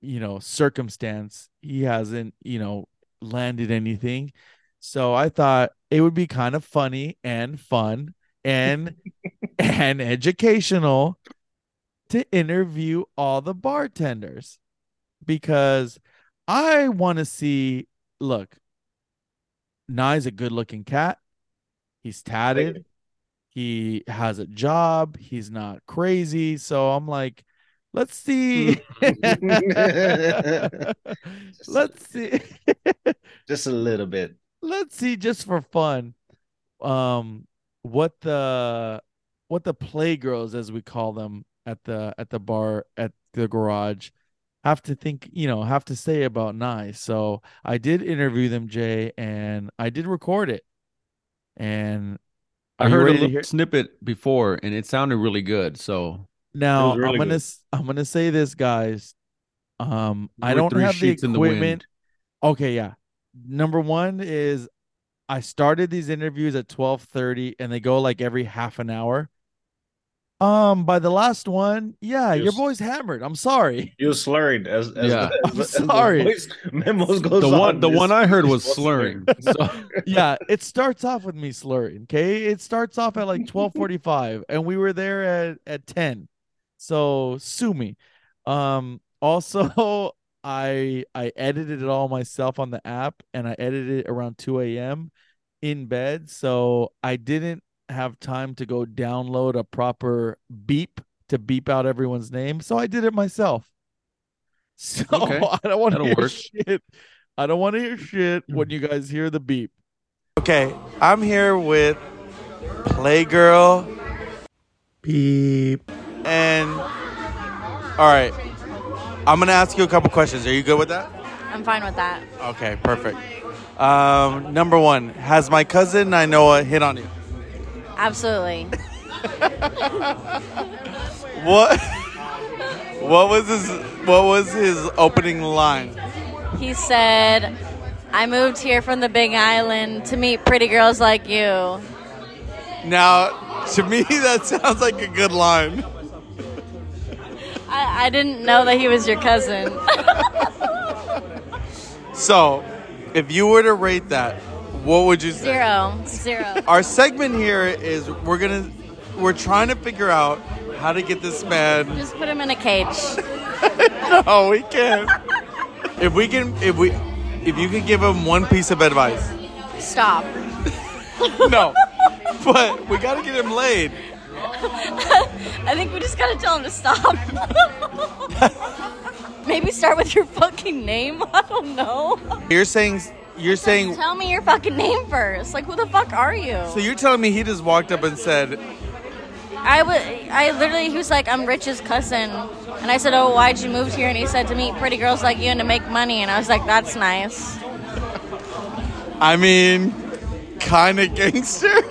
S2: you know circumstance he hasn't you know landed anything so i thought it would be kind of funny and fun and and educational to interview all the bartenders because i want to see look nye's a good looking cat he's tatted he has a job he's not crazy so i'm like let's see let's see
S4: Just a little bit.
S2: let's see just for fun um what the what the playgirls as we call them at the at the bar at the garage have to think you know have to say about nye so i did interview them jay and i did record it and
S3: I
S2: Are you
S3: heard a
S2: ready to
S3: little
S2: hear-
S3: snippet before, and it sounded really good. So
S2: now
S4: really
S2: i'm gonna
S4: good.
S2: s- i'm gonna say this guys um i
S3: We're
S2: don't
S3: three
S2: have the
S3: sheets in the wind.
S2: equipment Okay, yeah. Number one is I started these interviews at 12:30 and they go like every half an hour. Um, by the last one, yeah, your
S4: Yes.
S2: boy's hammered. I'm sorry.
S4: You were slurring as, as
S3: Yeah.
S4: the,
S2: I'm
S4: as the
S2: sorry.
S4: voice memos goes
S3: the
S4: on,
S3: one the
S4: it's-
S3: one I heard was
S4: it's-
S3: slurring. So
S2: Yeah, it starts off with me slurring. Okay. It starts off at like 12:45 and we were there at at 10. So sue me. Um, also I I edited it all myself on the app and I edited it around 2 a.m. in bed. So I didn't have time to go download a proper beep to beep out everyone's name. So I did it myself. So
S3: Okay,
S2: I don't want to
S3: that'll
S2: hear
S3: work. Hmm.
S2: shit. I don't want to hear shit when you guys hear the beep.
S1: Okay, I'm here with Playgirl. Beep. And all right, I'm gonna ask you a couple questions. Are you good with that?
S5: I'm fine with that.
S1: Okay, perfect. Um, number one, has my cousin Ninoa hit on you?
S5: Absolutely.
S1: What? What was his? What was his opening line?
S5: He said, I moved here from the Big Island to meet pretty girls like you.
S1: Now, to me, that sounds like a good line.
S5: I, I didn't know that he was your cousin.
S1: So, if you were to rate that, what would you say?
S5: Zero. Zero.
S1: Our segment here is we're gonna we're trying to figure out how to get this man.
S5: Just put him in a cage.
S1: No, we can't. If we can, if we, if you could give him one piece of advice,
S5: Stop.
S1: no. But we gotta get him laid.
S5: I think we just gotta tell him to stop. Maybe start with your fucking name. I don't know.
S1: You're saying you're saying.
S5: Tell me your fucking name first. Like, who the fuck are you?
S1: So you're telling me he just walked up and said,
S5: I wa- I literally, he was like, I'm Rich's cousin. And I said, Oh, why'd you move here? And he said, To meet pretty girls like you and to make money. And I was like, That's nice.
S1: "I mean, kind of gangster."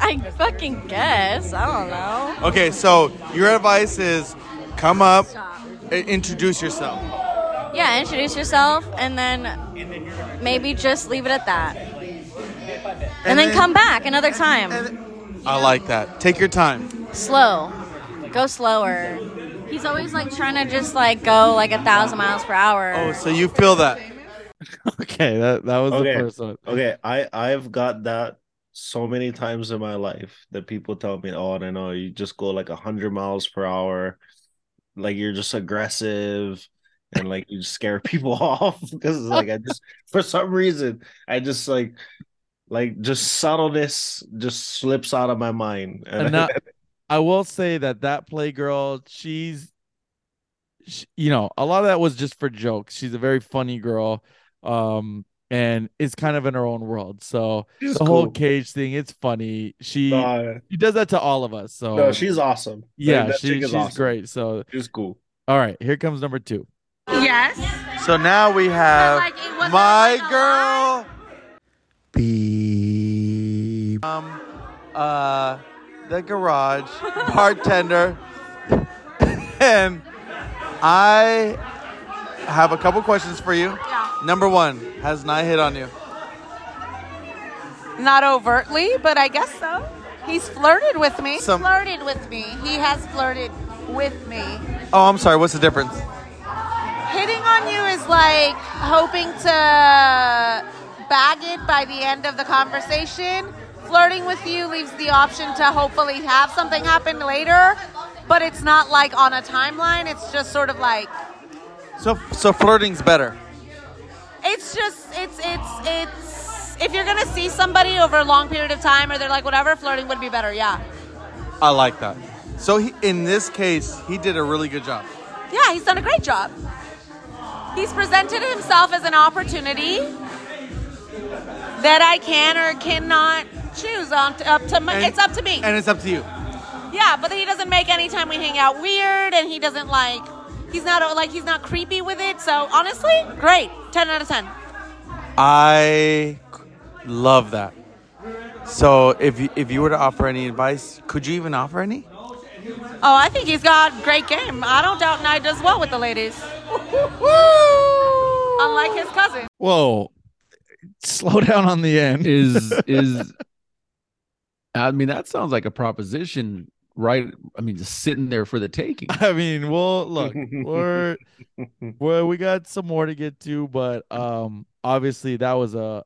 S5: I fucking guess. I don't know.
S1: Okay, so your advice is come up
S5: Stop.
S6: I- introduce yourself.
S5: Yeah, introduce yourself and then maybe just leave it at that. And, then,
S6: then-
S5: come back another time.
S6: I like that. Take your time.
S5: Slow. Go slower. He's always like trying to just like go like a thousand miles per hour.
S6: Oh, so you feel that?
S2: Okay, that that was
S4: Okay.
S2: the first one.
S4: Okay, I I've got that so many times in my life that people tell me, "Oh, no, no, you just go like hundred miles per hour, like you're just aggressive, and like you scare people off." Because it's like I just for some reason I just like like just subtleness just slips out of my mind, and,
S2: And now, I will say that that playgirl, she's, sh you know, a lot of that was just for jokes. She's a very funny girl, um, and is kind of in her own world. So
S4: she's
S2: the whole
S4: cool.
S2: cage thing, it's funny. She
S4: Nah,
S2: she does that to all of us. So
S4: no, she's awesome. Like,
S2: uh, yeah,
S4: that
S2: she,
S4: chick is
S2: she's
S4: awesome.
S2: great. So
S4: She's cool.
S2: all right, here comes number two.
S7: Yes.
S6: So now we have my girl. Be um, uh, the garage bartender, and I have a couple questions for you. Number one, has Nye hit on you?
S7: Not overtly, but I guess so. He's flirted with me.
S6: Some-
S7: flirted with me. He has flirted with me.
S6: Oh, I'm sorry. What's the difference?
S7: Hitting on you is like hoping to bag it by the end of the conversation. Flirting with you leaves the option to hopefully have something happen later, but it's not like on a timeline. It's just sort of like
S6: So, so flirting's better.
S7: It's just it's it's it's if you're gonna see somebody over a long period of time or they're like whatever, flirting would be better. Yeah,
S6: I like that. So he, in this case, he did a really good job.
S7: yeah, he's done a great job. He's presented himself as an opportunity that I can or cannot choose on up to my,
S6: And-
S7: it's up to me.
S6: And it's up to you.
S7: yeah, but he doesn't make any time we hang out weird, and he doesn't like he's not like he's not creepy with it. So honestly, great, ten out of ten.
S6: I love that. So if you, if you were to offer any advice, could you even offer any?
S7: Oh, I think he's got great game. I don't doubt Knight does well with the ladies. Unlike his cousin.
S2: Whoa, slow down on the end.
S3: is is I mean that sounds like a proposition, right? I mean, just sitting there for the taking.
S2: I mean, well, look, we're well, we got some more to get to, but um, obviously that was a,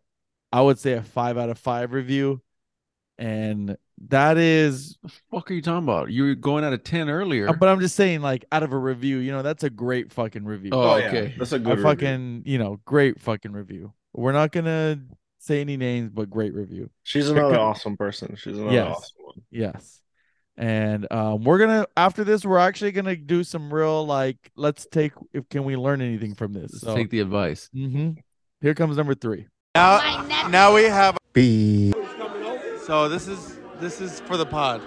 S2: I would say a five out of five review, and that is.
S3: fuck are you talking about? You were going out of ten earlier.
S2: uh, But I'm just saying, like, out of a review, you know, that's a great fucking review.
S3: Oh, okay.
S4: that's a
S2: a
S4: good. review.
S2: fucking, you know, great fucking review. We're not gonna say any names, but great review.
S4: She's another awesome person. She's another
S2: Yes.
S4: awesome one.
S2: Yes. And um, we're gonna after this, we're actually gonna do some real like, let's take if can we learn anything from this?
S3: Let's
S2: So-
S3: take the advice.
S2: Mm-hmm. Here comes number three.
S6: Now, now we have B. So this is this is for the pod.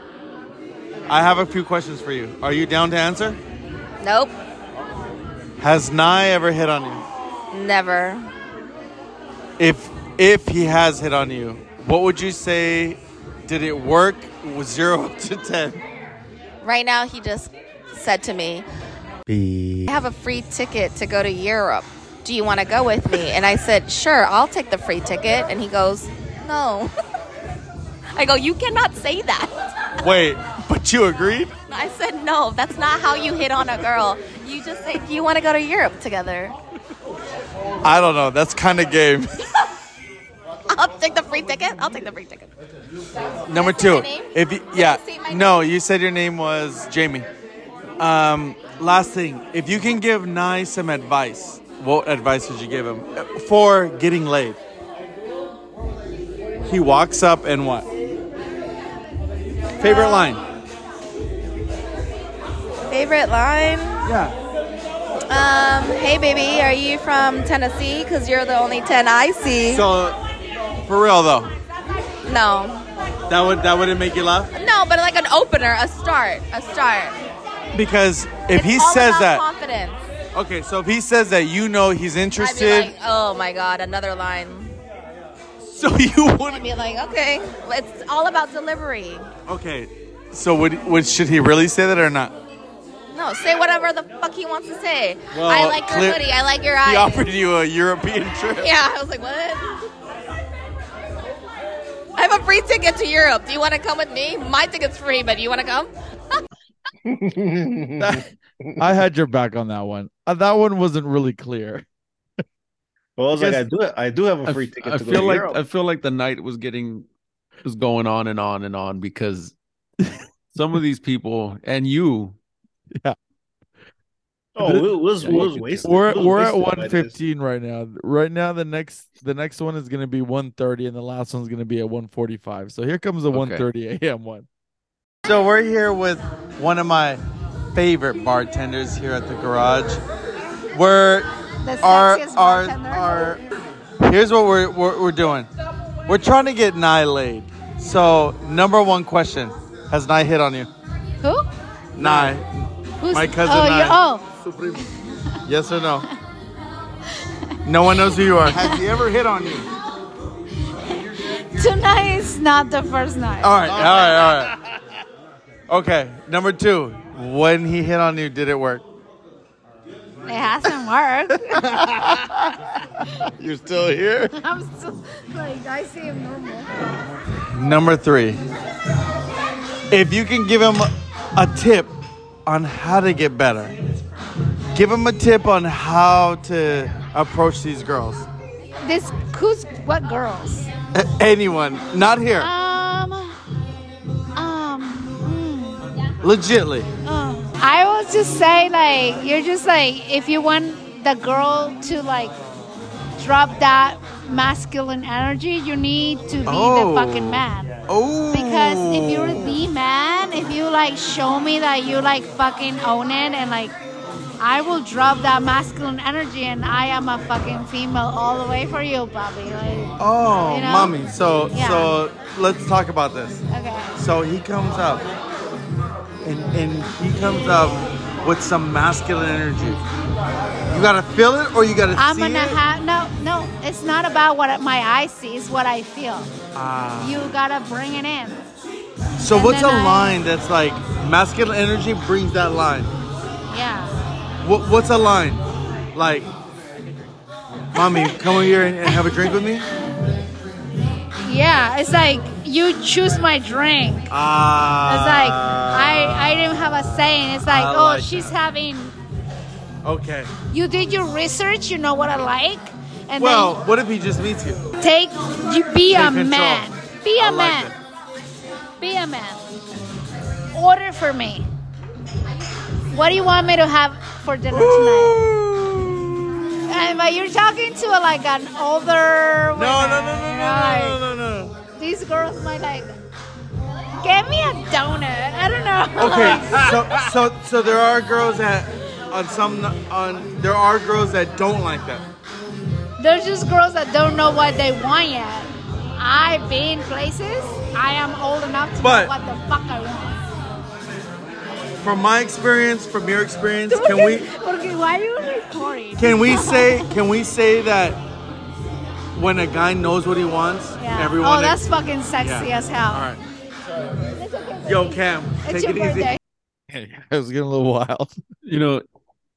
S6: I have a few questions for you. Are you down to answer?
S5: Nope.
S6: Has Nye ever hit on you?
S5: Never.
S6: If if he has hit on you, what would you say? Did it work? Was zero to ten?
S5: Right now, he just said to me, I have a free ticket to go to Europe. Do you want to go with me? And I said, Sure, I'll take the free ticket. And he goes, No. I go, You cannot say that.
S6: Wait, but you agreed?
S5: I said, No, that's not how you hit on a girl. You just say, Do you want to go to Europe together?
S6: I don't know. That's kind of game.
S5: I'll take the free ticket. I'll take the free ticket.
S6: Number
S5: say
S6: two.
S5: my name?
S6: If you,
S5: Did
S6: yeah,
S5: I say my
S6: no, you said your name was Jamie. Um, last thing, if you can give Nye some advice, what advice would you give him uh, for getting laid? He walks up and what? Favorite
S5: Uh,
S6: line?
S5: Favorite line?
S6: Yeah.
S5: Um, hey, baby, are you from Tennessee? Because you're the only 10 I see.
S6: So, for real though,
S5: no.
S6: that would that wouldn't make you laugh
S5: No, but like an opener, a start, a start.
S6: because if
S5: It's
S6: he
S5: all
S6: says
S5: about
S6: that,
S5: confidence.
S6: okay, so if he says that, you know he's
S5: I'd be
S6: interested,
S5: like, oh my god, another line.
S6: so you wouldn't.
S5: I'd be like, okay, it's all about delivery.
S6: Okay, so would, would should he really say that or not?
S5: No,
S6: No, say whatever the fuck he wants to say.
S2: Well,
S6: I like your
S2: clear-
S6: hoodie. I like your
S2: He
S6: eyes.
S2: offered you a European trip.
S6: Yeah, I was like, what? I have a free ticket to Europe. Do you want to come with me? My ticket's free, but you want to come?
S4: Mm-hmm.
S1: I had your back on that one. Uh, that one wasn't really clear.
S4: Well, I was like,
S3: Yes.
S4: I do I do have
S3: I
S4: a free
S3: f-
S4: ticket
S3: I
S4: to
S3: feel
S4: go
S3: like
S4: to Europe.
S3: I feel like the night was getting was going on and on and on because some of these people and you
S4: oh, we was, we
S3: Yeah,
S4: was
S3: you could
S4: wasted.
S1: We're
S4: We was
S1: we're at
S4: wasted by
S1: one
S4: this.
S1: fifteen right now. Right now, the next the next one is gonna be one thirty, and the last one's gonna be at one forty five. So here comes the
S3: Okay.
S1: one thirty a.m. one.
S2: So we're here with one of my favorite bartenders here at the garage. We're
S8: The
S2: our
S8: sexiest
S2: our
S8: bartender.
S2: our. Here's what we're we're, we're doing. We're trying to get Nye laid. So number one question: Has Nye hit on you?
S9: Who?
S2: Nye,
S9: Who's
S2: my cousin
S9: Oh,
S2: Nye.
S9: you oh,
S2: Yes or no? No one knows who you are. Has he ever hit on you?
S9: tonight is not the first night.
S2: All right, all right, all right. Okay, number two. When he hit on you, did it work?
S9: It hasn't worked.
S2: You're still here.
S9: I'm still like I see him normal.
S2: Number three. If you can give him a tip on how to get better, give him a tip on how to approach these girls.
S9: This who's what girls?
S2: A- Anyone, not here,
S9: Um, um. mm,
S2: legitly.
S9: um. I would just say like you're just like if you want the girl to like drop that masculine energy, you need to be
S2: Oh.
S9: the fucking man.
S2: Oh.
S9: Because if you're the man, if you like show me that you like fucking own it and like I will drop that masculine energy and I am a fucking female all the way for you, Bobby. Like
S2: Oh,
S9: you know?
S2: mommy. So,
S9: Yeah.
S2: so let's talk about this.
S9: okay.
S2: So he comes up, and and he comes up with some masculine energy. You gotta feel it, or you gotta
S9: I'm
S2: see
S9: gonna
S2: it.
S9: have no no, it's not about what my eyes see, it's what I feel.
S2: Ah.
S9: You gotta bring it in.
S2: so
S9: and
S2: what's a
S9: then I-
S2: line that's like masculine energy brings that line?
S9: Yeah.
S2: What what's a line? Like, mommy, come over here and, and have a drink with me.
S9: Yeah. It's like you choose my drink.
S2: Ah.
S9: It's like I I didn't have a saying. It's like,
S2: I
S9: oh
S2: like
S9: she's
S2: that.
S9: having
S2: Ah, Okay.
S9: you did your research, you know what I like. And
S2: Well, what if he just meets you?
S9: then take you be a
S2: Take control.
S9: man. Be a
S2: I like
S9: man. Be a man. Order for me. What do you want me to have for dinner tonight? And but you're talking to a, like an older woman.
S2: No, no, no,
S9: you
S2: no,
S9: know, like,
S2: no, no, no, no, no.
S9: These girls might like get me a donut. I don't know.
S2: Okay, so so so there are girls that on some on there are girls that don't like that.
S9: There's just girls that don't know what they want yet. I've been places. I am old enough to
S2: But-
S9: know what the fuck I want.
S2: From my experience, from your experience, can
S9: Porque-
S2: we
S9: porque why are you recording?
S2: can we say can we say that when a guy knows what he wants,
S9: Yeah.
S2: everyone
S9: oh, that's fucking sexy
S2: Yeah.
S9: as hell.
S2: All right.
S9: It's okay, baby.
S2: Yo, Cam,
S9: it's
S2: take
S9: your
S2: it
S9: birthday.
S2: easy.
S1: it was getting a little wild.
S3: you know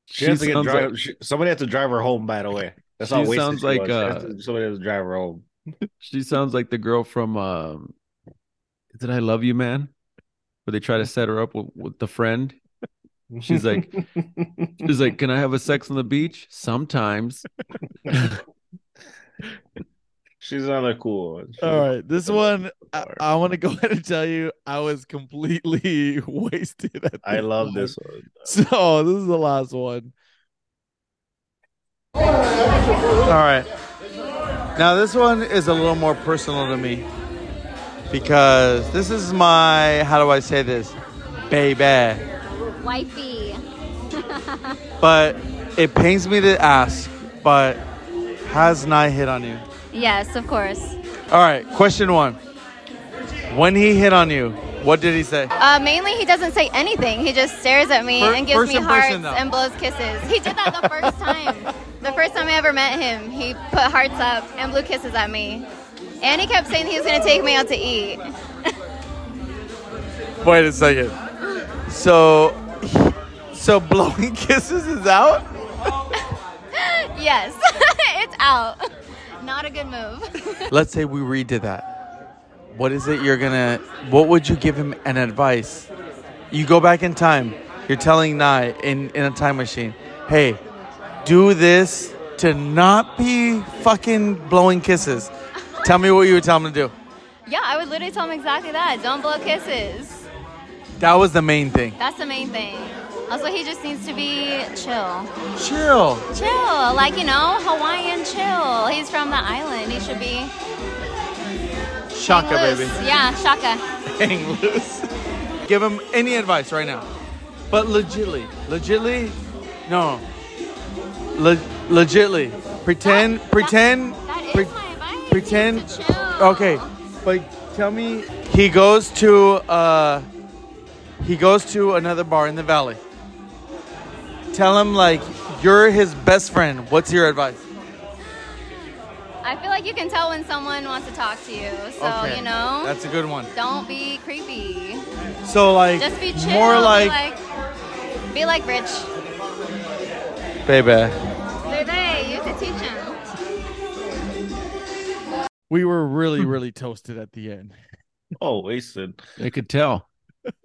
S4: She,
S3: she
S4: has to get
S3: sounds
S4: drive,
S3: like-
S4: she- somebody had to drive her home. By the way, that's
S3: She
S4: how wasted
S3: sounds
S4: she
S3: like,
S4: was. She has
S3: uh,
S4: to- somebody has to drive her home.
S3: she sounds like the girl from um Did I Love You Man? Where they try to set her up with, with the friend. She's like she's like, Can I have a sex on the beach? Sometimes.
S4: she's another cool one.
S1: All right, this one I,
S4: Sorry.
S1: I want to go ahead and tell you I was completely wasted. At
S4: I love
S1: one.
S4: this one.
S1: So this is the last one.
S2: All right. Now this one is a little more personal to me because this is my how do I say this, baby.
S9: Wifey.
S2: But it pains me to ask, but has Nye hit on you?
S6: Yes, of course.
S2: All right, question one. When he hit on you, what did he say?
S6: Uh, mainly, he doesn't say anything. He just stares at me
S2: Fir-
S6: and gives
S2: first
S6: me hearts
S2: impression, though.
S6: and blows kisses. He did that the first time. The first time I ever met him, he put hearts up and blew kisses at me. And he kept saying he was going to take me out to eat.
S2: Wait a second. So,
S6: So blowing kisses is out?
S9: yes, it's out. Not a good move.
S6: Let's say we redid that. What is it you're gonna? What would you give him an advice? You go back in time. You're telling Nye in in a time machine, hey, do this to not be fucking blowing kisses. Tell me what you would tell him to do.
S9: yeah, I would literally tell him exactly that. Don't blow kisses.
S6: That was the main thing.
S9: That's the main thing. Also, he just needs to be chill.
S6: Chill.
S9: Chill, like, you know, Hawaiian chill. He's from the island. He should be.
S6: Shaka,
S9: hang
S6: baby.
S9: loose. Yeah, Shaka.
S6: Hang loose. Give him any advice right now. But legitly, legitly, no. Le- legitly, pretend,
S9: That-
S6: pretend,
S9: That is
S6: pre-
S9: my advice.
S6: pretend-
S9: You need to chill.
S6: Okay, but tell me. He goes to uh, he goes to another bar in the valley. Tell him like you're his best friend. What's your advice?
S9: I feel like you can tell when someone wants to talk to you. So, you know,
S6: that's a good one.
S9: don't be creepy.
S6: So like
S9: Just be chill.
S6: more
S9: be
S6: like,
S9: like- be like Rich.
S6: baby.
S9: They're they. You have to teach him.
S2: We were really, really toasted at the end.
S4: Oh, wasted.
S3: I could tell.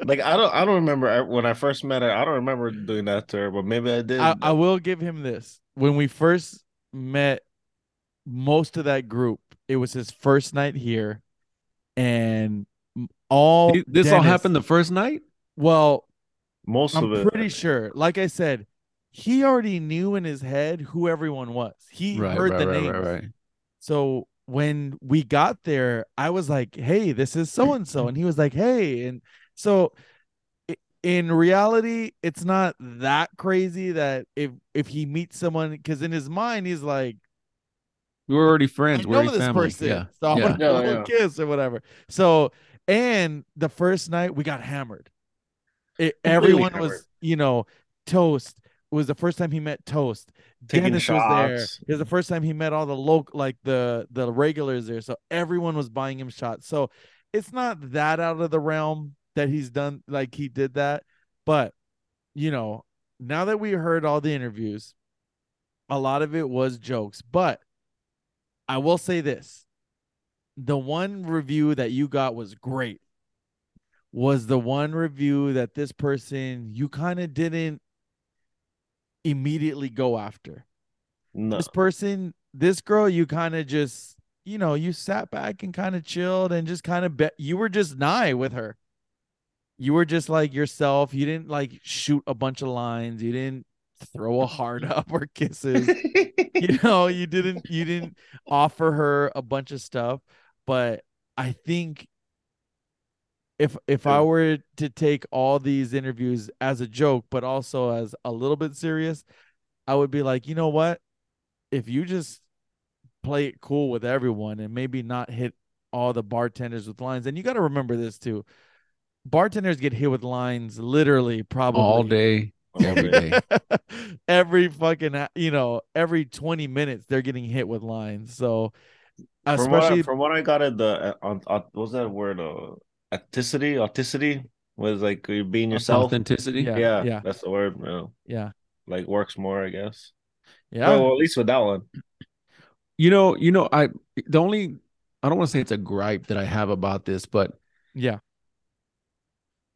S4: Like I don't, I don't remember I- when I first met her. I don't remember doing that to her, but maybe I did.
S2: I, I will give him this. When we first met most of that group, it was his first night here. And m- all
S3: Th- Oh, this all
S2: Dennis-
S3: happened the first night.
S2: well,
S4: Most of
S2: I'm
S4: it.
S2: pretty sure. Like I said, he already knew in his head who everyone was. He heard the names. So when we got there, I was like, "Hey, this is so and so," and he was like, "Hey," and so i- in reality, it's not that crazy that if if he meets someone, because in his mind he's like,
S3: We were already friends.
S2: "I
S3: We're
S2: know
S3: already
S2: this
S3: family.
S2: person,"
S3: Yeah.
S2: so I'm
S3: Yeah.
S2: gonna give
S4: Yeah,
S2: him a kiss or whatever. So and the first night we got hammered. It,
S4: Completely
S2: everyone
S4: hammered.
S2: was, you know, toast. It was the first time he met Toast.
S4: Taking
S2: Dennis was there.
S4: shots.
S2: It was the first time he met all the local, like the the regulars there. So everyone was buying him shots. So it's not that out of the realm that he's done. Like he did that, but you know, now that we heard all the interviews, a lot of it was jokes. But I will say this: the one review that you got was great. Was the one review that this person you kind of didn't immediately go after
S4: No.
S2: this person, this girl, you kind of just, you know, you sat back and kind of chilled and just kind of bet you were just nigh with her. You were just like yourself. You didn't like shoot a bunch of lines. You didn't throw a heart up or kisses. you know, you didn't you didn't offer her a bunch of stuff. But I think if if I were to take all these interviews as a joke, but also as a little bit serious, I would be like, you know what? if you just play it cool with everyone and maybe not hit all the bartenders with lines, and you got to remember this too. Bartenders get hit with lines literally probably
S3: All day, every day.
S2: every fucking, h- you know, every 20 minutes they're getting hit with lines. So,
S4: From what, I,
S2: especially,
S4: from what I got at the, uh, uh, uh, what was that word? Uh, authenticity? Authenticity? Was like you're being yourself.
S3: Authenticity.
S2: Yeah.
S4: yeah, That's the word. Yeah.
S2: yeah,
S4: Like works more, I guess.
S2: yeah,
S4: Well, at least with that one.
S3: You know, you know, I the only I don't want to say it's a gripe that I have about this, but
S2: yeah,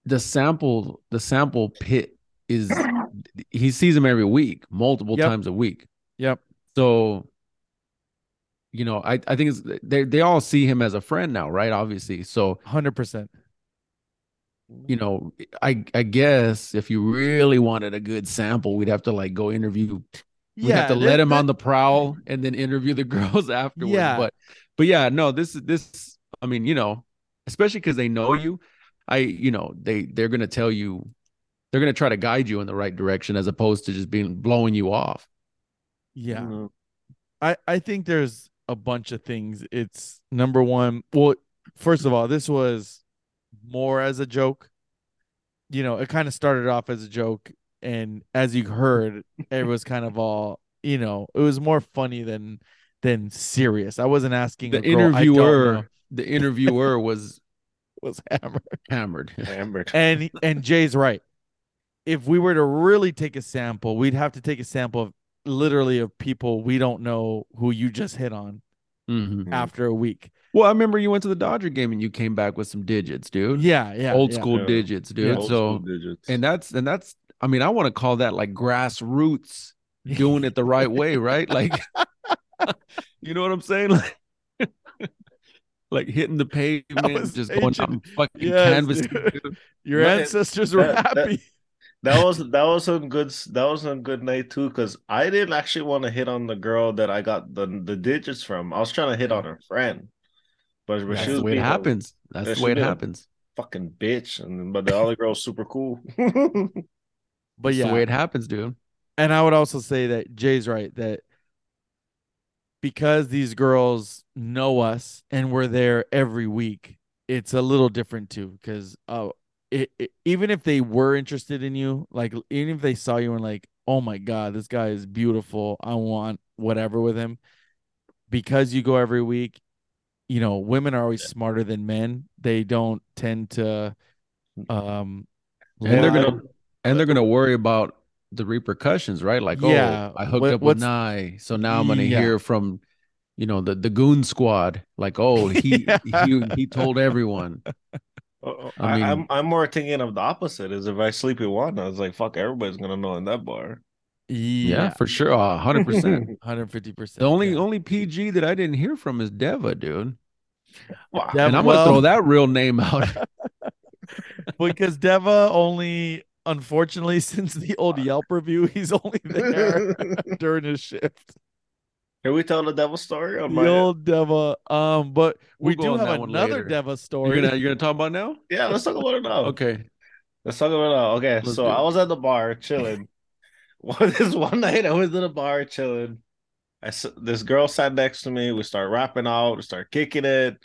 S3: the sample the sample pit is he sees him every week, multiple
S2: Yep.
S3: times a week.
S2: Yep.
S3: So you know, I I think it's they they all see him as a friend now, right? Obviously. So,
S2: 100%.
S3: you know, I I guess if you really wanted a good sample, we'd have to like go interview we
S2: yeah,
S3: have to let him on the prowl and then interview the girls afterwards.
S2: Yeah.
S3: But but yeah, no, this is this I mean, you know, especially because they know you. I, you know, they they're gonna tell you they're gonna try to guide you in the right direction as opposed to just being blowing you off.
S2: yeah.
S4: Mm.
S2: I I think there's a bunch of things. It's number one. Well, first of all, this was more as a joke. You know, it kind of started off as a joke, and as you heard, it was kind of all you know. It was more funny than than serious. I wasn't asking
S3: The
S2: a girl I don't know
S3: interviewer, the interviewer was
S2: was hammered,
S3: hammered.
S4: Amber.
S2: and and Jay's right. if we were to really take a sample, we'd have to take a sample of literally of people we don't know who you just hit on
S3: Mhm.
S2: after a week.
S3: Well, I remember you went to the Dodger game and you came back with some digits, dude.
S2: Yeah, yeah.
S3: old
S2: yeah.
S3: school
S4: Yeah.
S3: digits, dude.
S4: Old
S3: so
S4: school digits.
S3: and that's and that's I mean, I want to call that like grassroots doing it the right way, right? Like you know what I'm saying? Like, like hitting the
S2: was
S3: pavement, just going out
S2: ancient.
S3: and fucking
S2: Yes,
S3: canvassing.
S2: dude.
S3: dude.
S2: Your
S4: Right.
S2: ancestors were
S4: That- that-
S2: happy.
S4: That was that was a good s- that was a good night too because I didn't actually want to hit on the girl that I got the the digits from. I was trying to hit on her friend, but, but
S3: That's
S4: she was
S3: the way it
S4: being a
S3: happens. That's
S4: Yeah,
S3: the
S4: she
S3: way it
S4: did.
S3: happens.
S4: fucking bitch, and but the other girl's super cool. yeah,
S3: That's
S2: But
S3: the
S2: yeah,
S3: way it happens, dude.
S2: and I would also say that Jay's right that because these girls know us and we're there every week, it's a little different too. Because uh, it, it- even if they were interested in you, like even if they saw you and like, oh my god, this guy is beautiful, I want whatever with him. Because you go every week, you know women are always smarter than men. They don't tend to, um,
S3: And they're
S4: I
S3: gonna
S4: don't-
S3: and they're gonna worry about the repercussions, right? Like,
S2: Yeah,
S3: oh, I hooked
S2: what-
S3: up with
S2: what's-
S3: Nye, so now I'm gonna
S2: Yeah.
S3: hear from, you know, the the goon squad. Like, oh, he he he told everyone.
S4: uh,
S3: I
S4: I
S3: mean-
S4: I'm I'm more thinking of the opposite. Is if I sleep with one, I was like, fuck, everybody's gonna know in that bar.
S3: Yeah, for sure, a hundred percent.
S2: hundred fifty percent.
S3: The only only PG that I didn't hear from is Deva, dude.
S4: Wow.
S2: Yeah,
S3: and I'm
S2: well-
S3: gonna throw that real name out.
S2: because Deva only, unfortunately, since the old Yelp review, he's only there
S4: Can
S2: during his shift.
S4: we tell the devil story? On
S2: The
S4: my,
S2: old Deva. Um, but we
S3: We'll go on
S2: do have
S3: that one
S2: another
S3: later.
S2: Deva
S3: you're
S2: story.
S3: gonna you're gonna talk about now?
S4: yeah, let's talk about it
S2: Oh.
S4: now.
S3: Okay.
S4: Let's talk about it. Okay,
S3: Let's
S4: so
S3: do it.
S4: I was at the bar chilling. One this one night, I was at the bar chilling. I s- this girl sat next to me. We start rapping out. We start kicking it.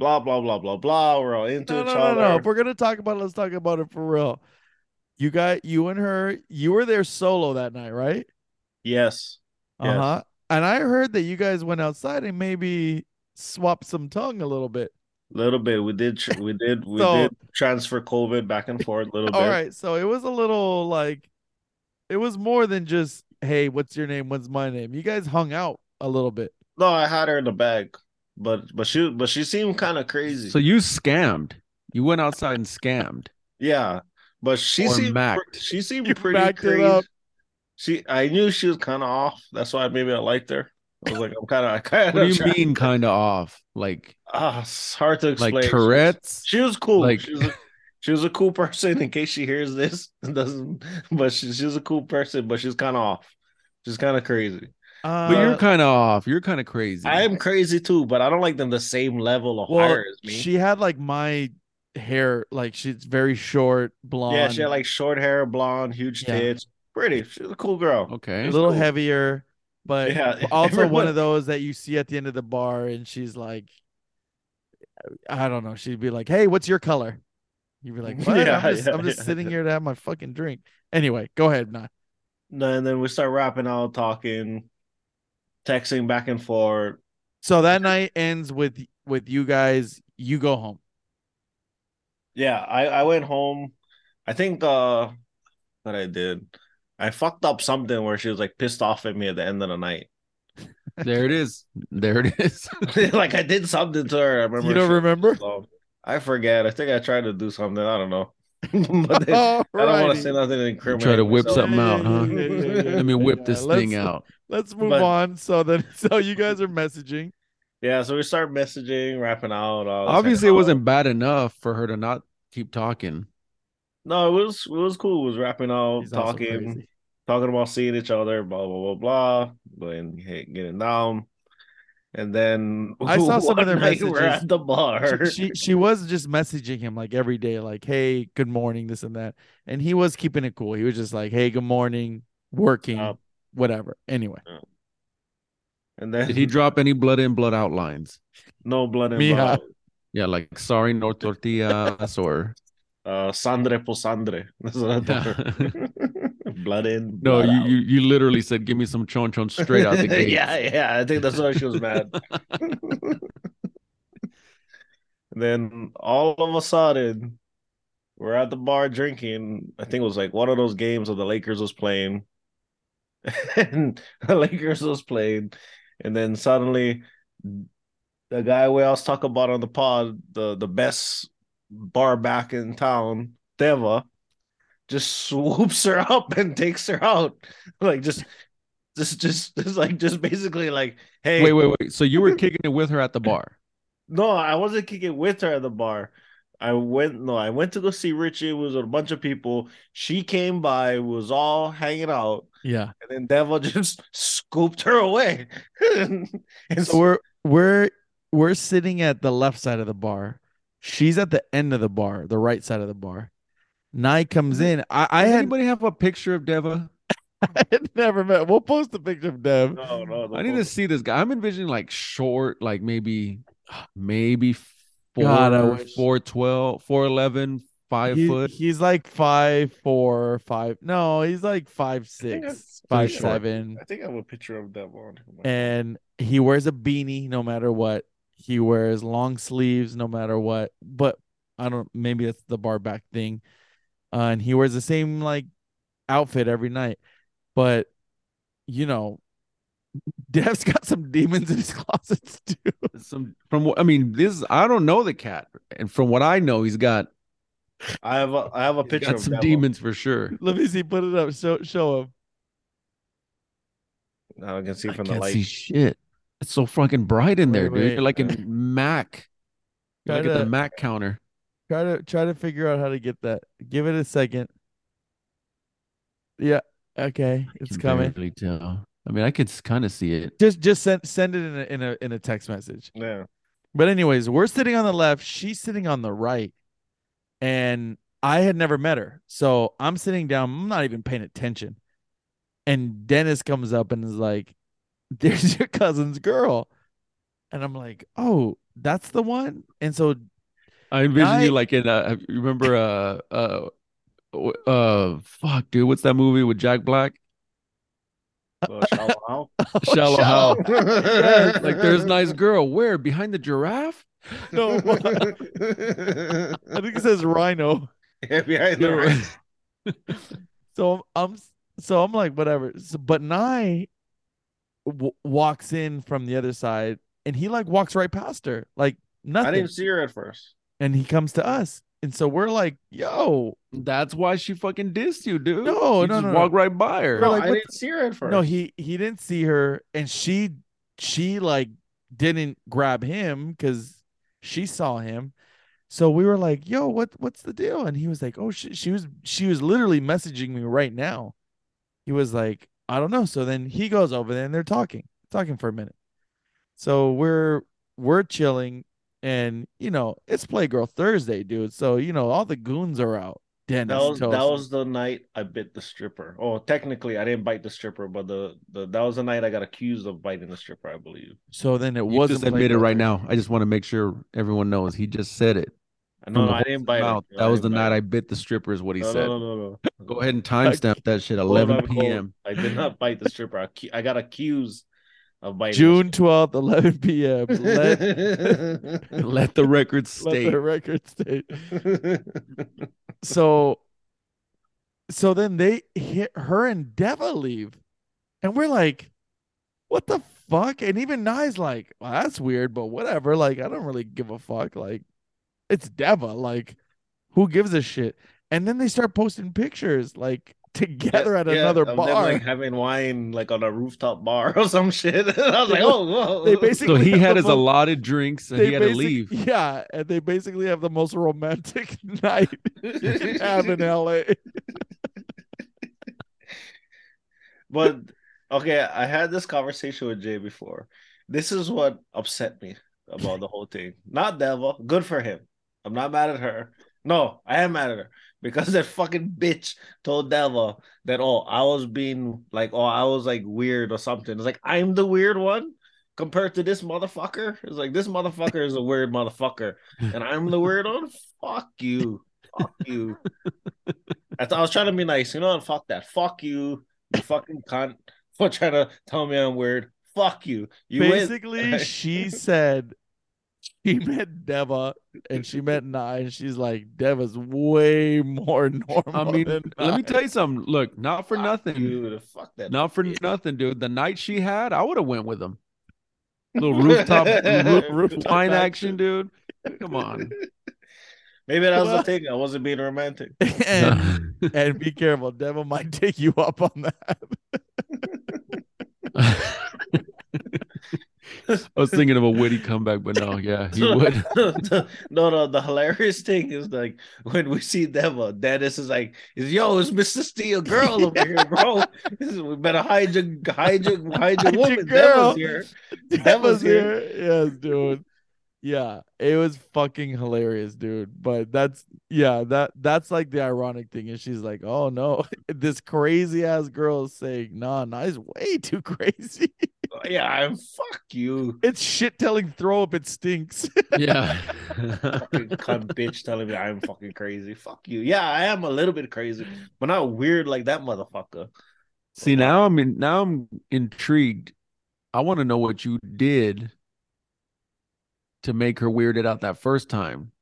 S4: Blah blah blah blah blah. We're all into
S2: no,
S4: each
S2: no, no,
S4: other.
S2: no. If we're gonna talk about it, let's talk about it for real. You got you and her. You were there solo that night, right?
S4: Yes. Yes.
S2: Uh huh. And I heard that you guys went outside and maybe swapped some tongue a little bit.
S4: Little bit. We did. tr- We did. We
S2: So-
S4: did transfer COVID back and forth a little
S2: All
S4: bit.
S2: right, so it was a little like it was more than just hey, what's your name? What's my name? You guys hung out a little bit.
S4: No, I had her in the bag, but but she but she seemed kind of crazy.
S3: So you scammed. You went outside and scammed.
S4: yeah, but she
S3: Or
S4: seemed pr-
S3: macked.
S4: she
S2: You
S4: seemed
S2: macked
S4: pretty
S2: it
S4: crazy.
S2: up.
S4: She I knew she was kind of off. That's why maybe I liked her. I was like, I'm kind of I
S3: What
S4: kind
S3: do
S4: of.
S3: you mean kind of off? Like
S4: Ah, it's hard to explain.
S3: like Tourette's?
S4: She was cool.
S3: Like-
S4: she was a, she was a cool person. In case she hears this, and doesn't. But she, she's a cool person. But she's kind of off. She's kind of crazy.
S2: Uh,
S3: But you're kind of off. You're kind of crazy.
S4: I am crazy too, but I don't like them the same level of
S2: well,
S4: higher as me.
S2: she had like my hair, like she's very short, blonde,
S4: yeah, she had like short hair, blonde, huge
S2: Yeah.
S4: tits, pretty. She's a cool girl.
S2: a
S3: okay.
S2: little
S4: cool.
S2: heavier, but
S4: Yeah,
S2: also one
S4: everyone-
S2: of those that you see at the end of the bar, and she's like, I don't know, she'd be like, hey, what's your color? You'd be like, what?
S4: Yeah,
S2: I'm just,
S4: yeah,
S2: I'm just
S4: yeah.
S2: sitting here to have my fucking drink. Anyway, go ahead, Nah.
S4: No, and then we start rapping out, talking, texting back and forth.
S2: So that night ends with with you guys. You go home.
S4: Yeah, I I went home. I think uh what I did, I fucked up something where she was like pissed off at me at the end of the night.
S3: There it is. There it is.
S4: like I did something to her. I remember.
S2: you don't
S4: she-
S2: remember?
S4: so, I forget. I think I tried to do something. I don't know. but then,
S2: All
S4: I don't want
S2: righty.
S4: to say nothing incriminating.
S3: Try to whip
S4: myself.
S3: something out, huh?
S2: Yeah, yeah, yeah, yeah,
S3: Let me whip
S2: yeah.
S3: this
S2: Let's-
S3: thing out.
S2: Let's move
S4: But-
S2: on. So then, so you guys are messaging.
S4: Yeah, so we start messaging, rapping out.
S2: Oh,
S4: all this,
S3: Obviously, it
S4: hanging out.
S3: wasn't bad enough for her to not keep talking.
S4: No, it was it was cool. It was rapping out,
S2: He's also
S4: talking,
S2: crazy.
S4: talking about seeing each other, blah blah blah blah, going hey, getting down, and then
S2: I saw some of
S4: one
S2: their
S4: night We're
S2: messages.
S4: at the bar.
S2: She, she she was just messaging him like every day, like hey, good morning, this and that, and he was keeping it cool. He was just like hey, good morning, working,
S4: Uh,
S2: whatever. Anyway,
S4: and then
S3: Did he drop any blood in, blood out lines?
S4: no blood
S2: Mija.
S4: involved.
S3: Yeah, like sorry, no tortillas or
S4: Uh, sangre por sangre. That's what I told her. blood in.
S3: no.
S4: blood
S3: You,
S4: out.
S3: you you literally said, "Give me some chon chon straight out the gate."
S4: yeah, yeah. I think that's why she was mad. then all of a sudden, We're at the bar drinking. I think it was like one of those games of the Lakers was playing. and the Lakers was playing. And then suddenly the guy we always talk about on the pod, the, the best bar back in town, Deva, just swoops her up and takes her out. Like just just just just like just basically like hey
S2: Wait, wait, wait. So you were kicking it with her at the bar.
S4: No, I wasn't kicking with her at the bar. I went no, I went to go see Richie. It was with a bunch of people. She came by, was all hanging out,
S2: Yeah.
S4: and then Devil just scooped her away. and
S2: So
S4: so
S2: we're we're we're sitting at the left side of the bar. She's at the end of the bar, the right side of the bar. Nye comes
S4: Mm-hmm.
S2: in. I, I
S3: Does
S2: had
S3: anybody have a picture of Deva?
S2: I had never met. We'll post a picture of Dev.
S4: no, no, the
S3: I need to see this guy. I'm envisioning like short, like maybe, maybe four,
S2: God, I wish.
S3: four twelve, four eleven, five
S2: He-
S3: foot.
S2: He's like five four, five. No, he's like five
S4: think
S2: six,
S4: that's
S2: five
S4: pretty short.
S2: seven,
S4: I think I have a picture of Devil on here.
S3: Eh.
S2: and he wears a beanie no matter what. He wears long sleeves no matter what. But I don't. Maybe it's the bar back thing. Uh, and he wears the same like outfit every night. But you know, Dev's got some demons in his closets too.
S3: Some from what I mean, this I don't know the cat, and from what I know, he's got
S4: I have a I have a
S3: he's
S4: picture
S3: got
S4: of
S3: some
S4: Devo.
S3: demons for sure.
S2: Let me see. Put it up. Show show him.
S4: Now I can see
S3: I
S4: from the
S3: can't
S4: light.
S3: see shit. It's so fucking bright in
S2: Wait,
S3: there, dude.
S2: wait.
S3: You're like in Mac. You're like at
S2: Kinda-
S3: the Mac counter.
S2: Try to try to figure out how to get that. Give it a second. Yeah. Okay. It's
S3: Can
S2: coming.
S3: barely tell. I mean, I could kind of see it.
S2: Just just send send it in a in a in a text message.
S4: Yeah.
S2: But anyways, we're sitting on the left, she's sitting on the right. And I had never met her. So I'm sitting down, I'm not even paying attention. And Dennis comes up and is like, There's your cousin's girl. And I'm like, Oh, that's the one? And so
S3: I envision
S2: I-
S3: you like in uh you remember uh uh w- uh fuck dude, what's that movie with Jack Black?
S4: So, shallow.
S3: Oh, Shallow Hal.
S4: yeah,
S3: Like there's nice girl. Where? Behind the giraffe?
S2: no, I think it says rhino.
S4: behind the right.
S2: So I'm so I'm like whatever. So, but Nye w- walks in from the other side, and he like walks right past her, like
S4: I
S2: nothing.
S4: didn't see her at first.
S2: And he comes to us, and so we're like, "Yo,
S3: That's why she fucking dissed you, dude.
S2: No,
S3: you
S2: no,
S3: just
S2: no, no.
S3: walk right by her.
S4: No,
S2: like,
S4: I
S2: what
S4: didn't see her at first.
S2: no." He he didn't see her, and she she like didn't grab him because she saw him. So we were like, "Yo, what what's the deal?" And he was like, "Oh, she, she was she was literally messaging me right now." He was like, "I don't know." So then he goes over there and they're talking, talking for a minute. So we're we're chilling, and you know it's Playgirl Thursday, dude. So you know all the goons are out. Dennis,
S4: That was, that
S2: Toast.
S4: was the night I bit the stripper. Oh, technically I didn't bite the stripper, but the, the that was the night I got accused of biting the stripper, I believe.
S2: so then it
S3: You
S2: wasn't
S3: just admit it
S2: Playgirl
S3: right
S2: Thursday.
S3: now. I just want to make sure everyone knows. He just said it.
S4: No,
S3: from
S4: no,
S3: the
S4: I didn't
S3: horse's
S4: bite.
S3: mouth.
S4: her.
S3: That was the
S4: didn't bite
S3: night
S4: her.
S3: I bit the stripper, is what he
S4: no,
S3: said.
S4: No, no, no, no.
S3: Go ahead and timestamp that shit.
S4: Hold
S3: 11
S4: on, hold on.
S3: p.m.
S4: I did not bite the stripper. I, cu- I got accused of biting.
S2: June twelfth, eleven p.m.
S4: the
S2: Let,
S4: stripper.
S3: Let the record
S2: let
S3: state.
S2: the record state. so so then they hit her and Deva leave. And we're like, what the fuck? And even Nye's like, well, that's weird, but whatever. Like, I don't really give a fuck. Like, it's Deva. Like, who gives a shit? And then they start posting pictures like together at
S4: Yeah,
S2: another
S4: of them,
S2: bar.
S4: like having wine like on a rooftop bar or some shit. I was like, oh, whoa.
S2: they basically
S3: So he
S2: have
S3: had
S2: the
S3: his
S2: most-
S3: allotted drinks and he
S2: they
S3: had to
S2: basic-
S3: leave.
S2: Yeah, and they basically have the most romantic night you can have in LA.
S4: But okay, I had this conversation with Jay before. This is what upset me about the whole thing. Not Deva. Good for him. I'm not mad at her. No, I am mad at her because that fucking bitch told Deva that oh I was being like oh I was like weird or something. It's like I'm the weird one compared to this motherfucker. It's like this motherfucker is a weird motherfucker and I'm the weird one. Fuck you. Fuck you. I, th- I was trying to be nice, you know, and fuck that. Fuck you, you fucking cunt, for trying to tell me I'm weird. Fuck you. You win.
S2: Basically, she said she met Deva and she met Nye, and she's like, Deva's way more normal.
S3: I mean,
S2: than
S3: let me
S2: Nye."
S3: tell you something. Look, not for
S4: Ah,
S3: nothing,
S4: Dude, fuck that.
S3: not for nothing, dude. The night she had, I would have went with him. Little rooftop, roof,
S4: Rooftop
S3: line
S4: action.
S3: action, dude. Come on.
S4: Maybe that was the
S2: Well-
S4: thing. I wasn't being romantic.
S2: and, and be careful, Deva might take you up on that.
S3: I was thinking of a witty comeback, but no, yeah, he would.
S4: no, no. The hilarious thing is like when we see Deva, Dennis is like, "Is yo, it's Mr. Steel girl over here, bro? This is, we better hide your, hide your, hide your
S2: Hide your
S4: woman.
S2: girl."
S4: Deva's here.
S2: Deva's
S4: Deva's
S2: here.
S4: here.
S2: Yes, dude. Yeah, it was fucking hilarious, dude. But that's yeah, that that's like the ironic thing is she's like, "Oh no, this crazy ass girl is saying, "Nah, nah, it's way too crazy."
S4: Oh, Yeah, I'm fuck you,
S2: It's shit telling throw up it stinks.
S3: Yeah.
S4: fucking cunt bitch, telling me I'm fucking crazy. Fuck you. Yeah, I am a little bit crazy, but not weird like that motherfucker.
S3: See, now I'm in, now I'm intrigued. I want to know what you did to make her weirded out that first time.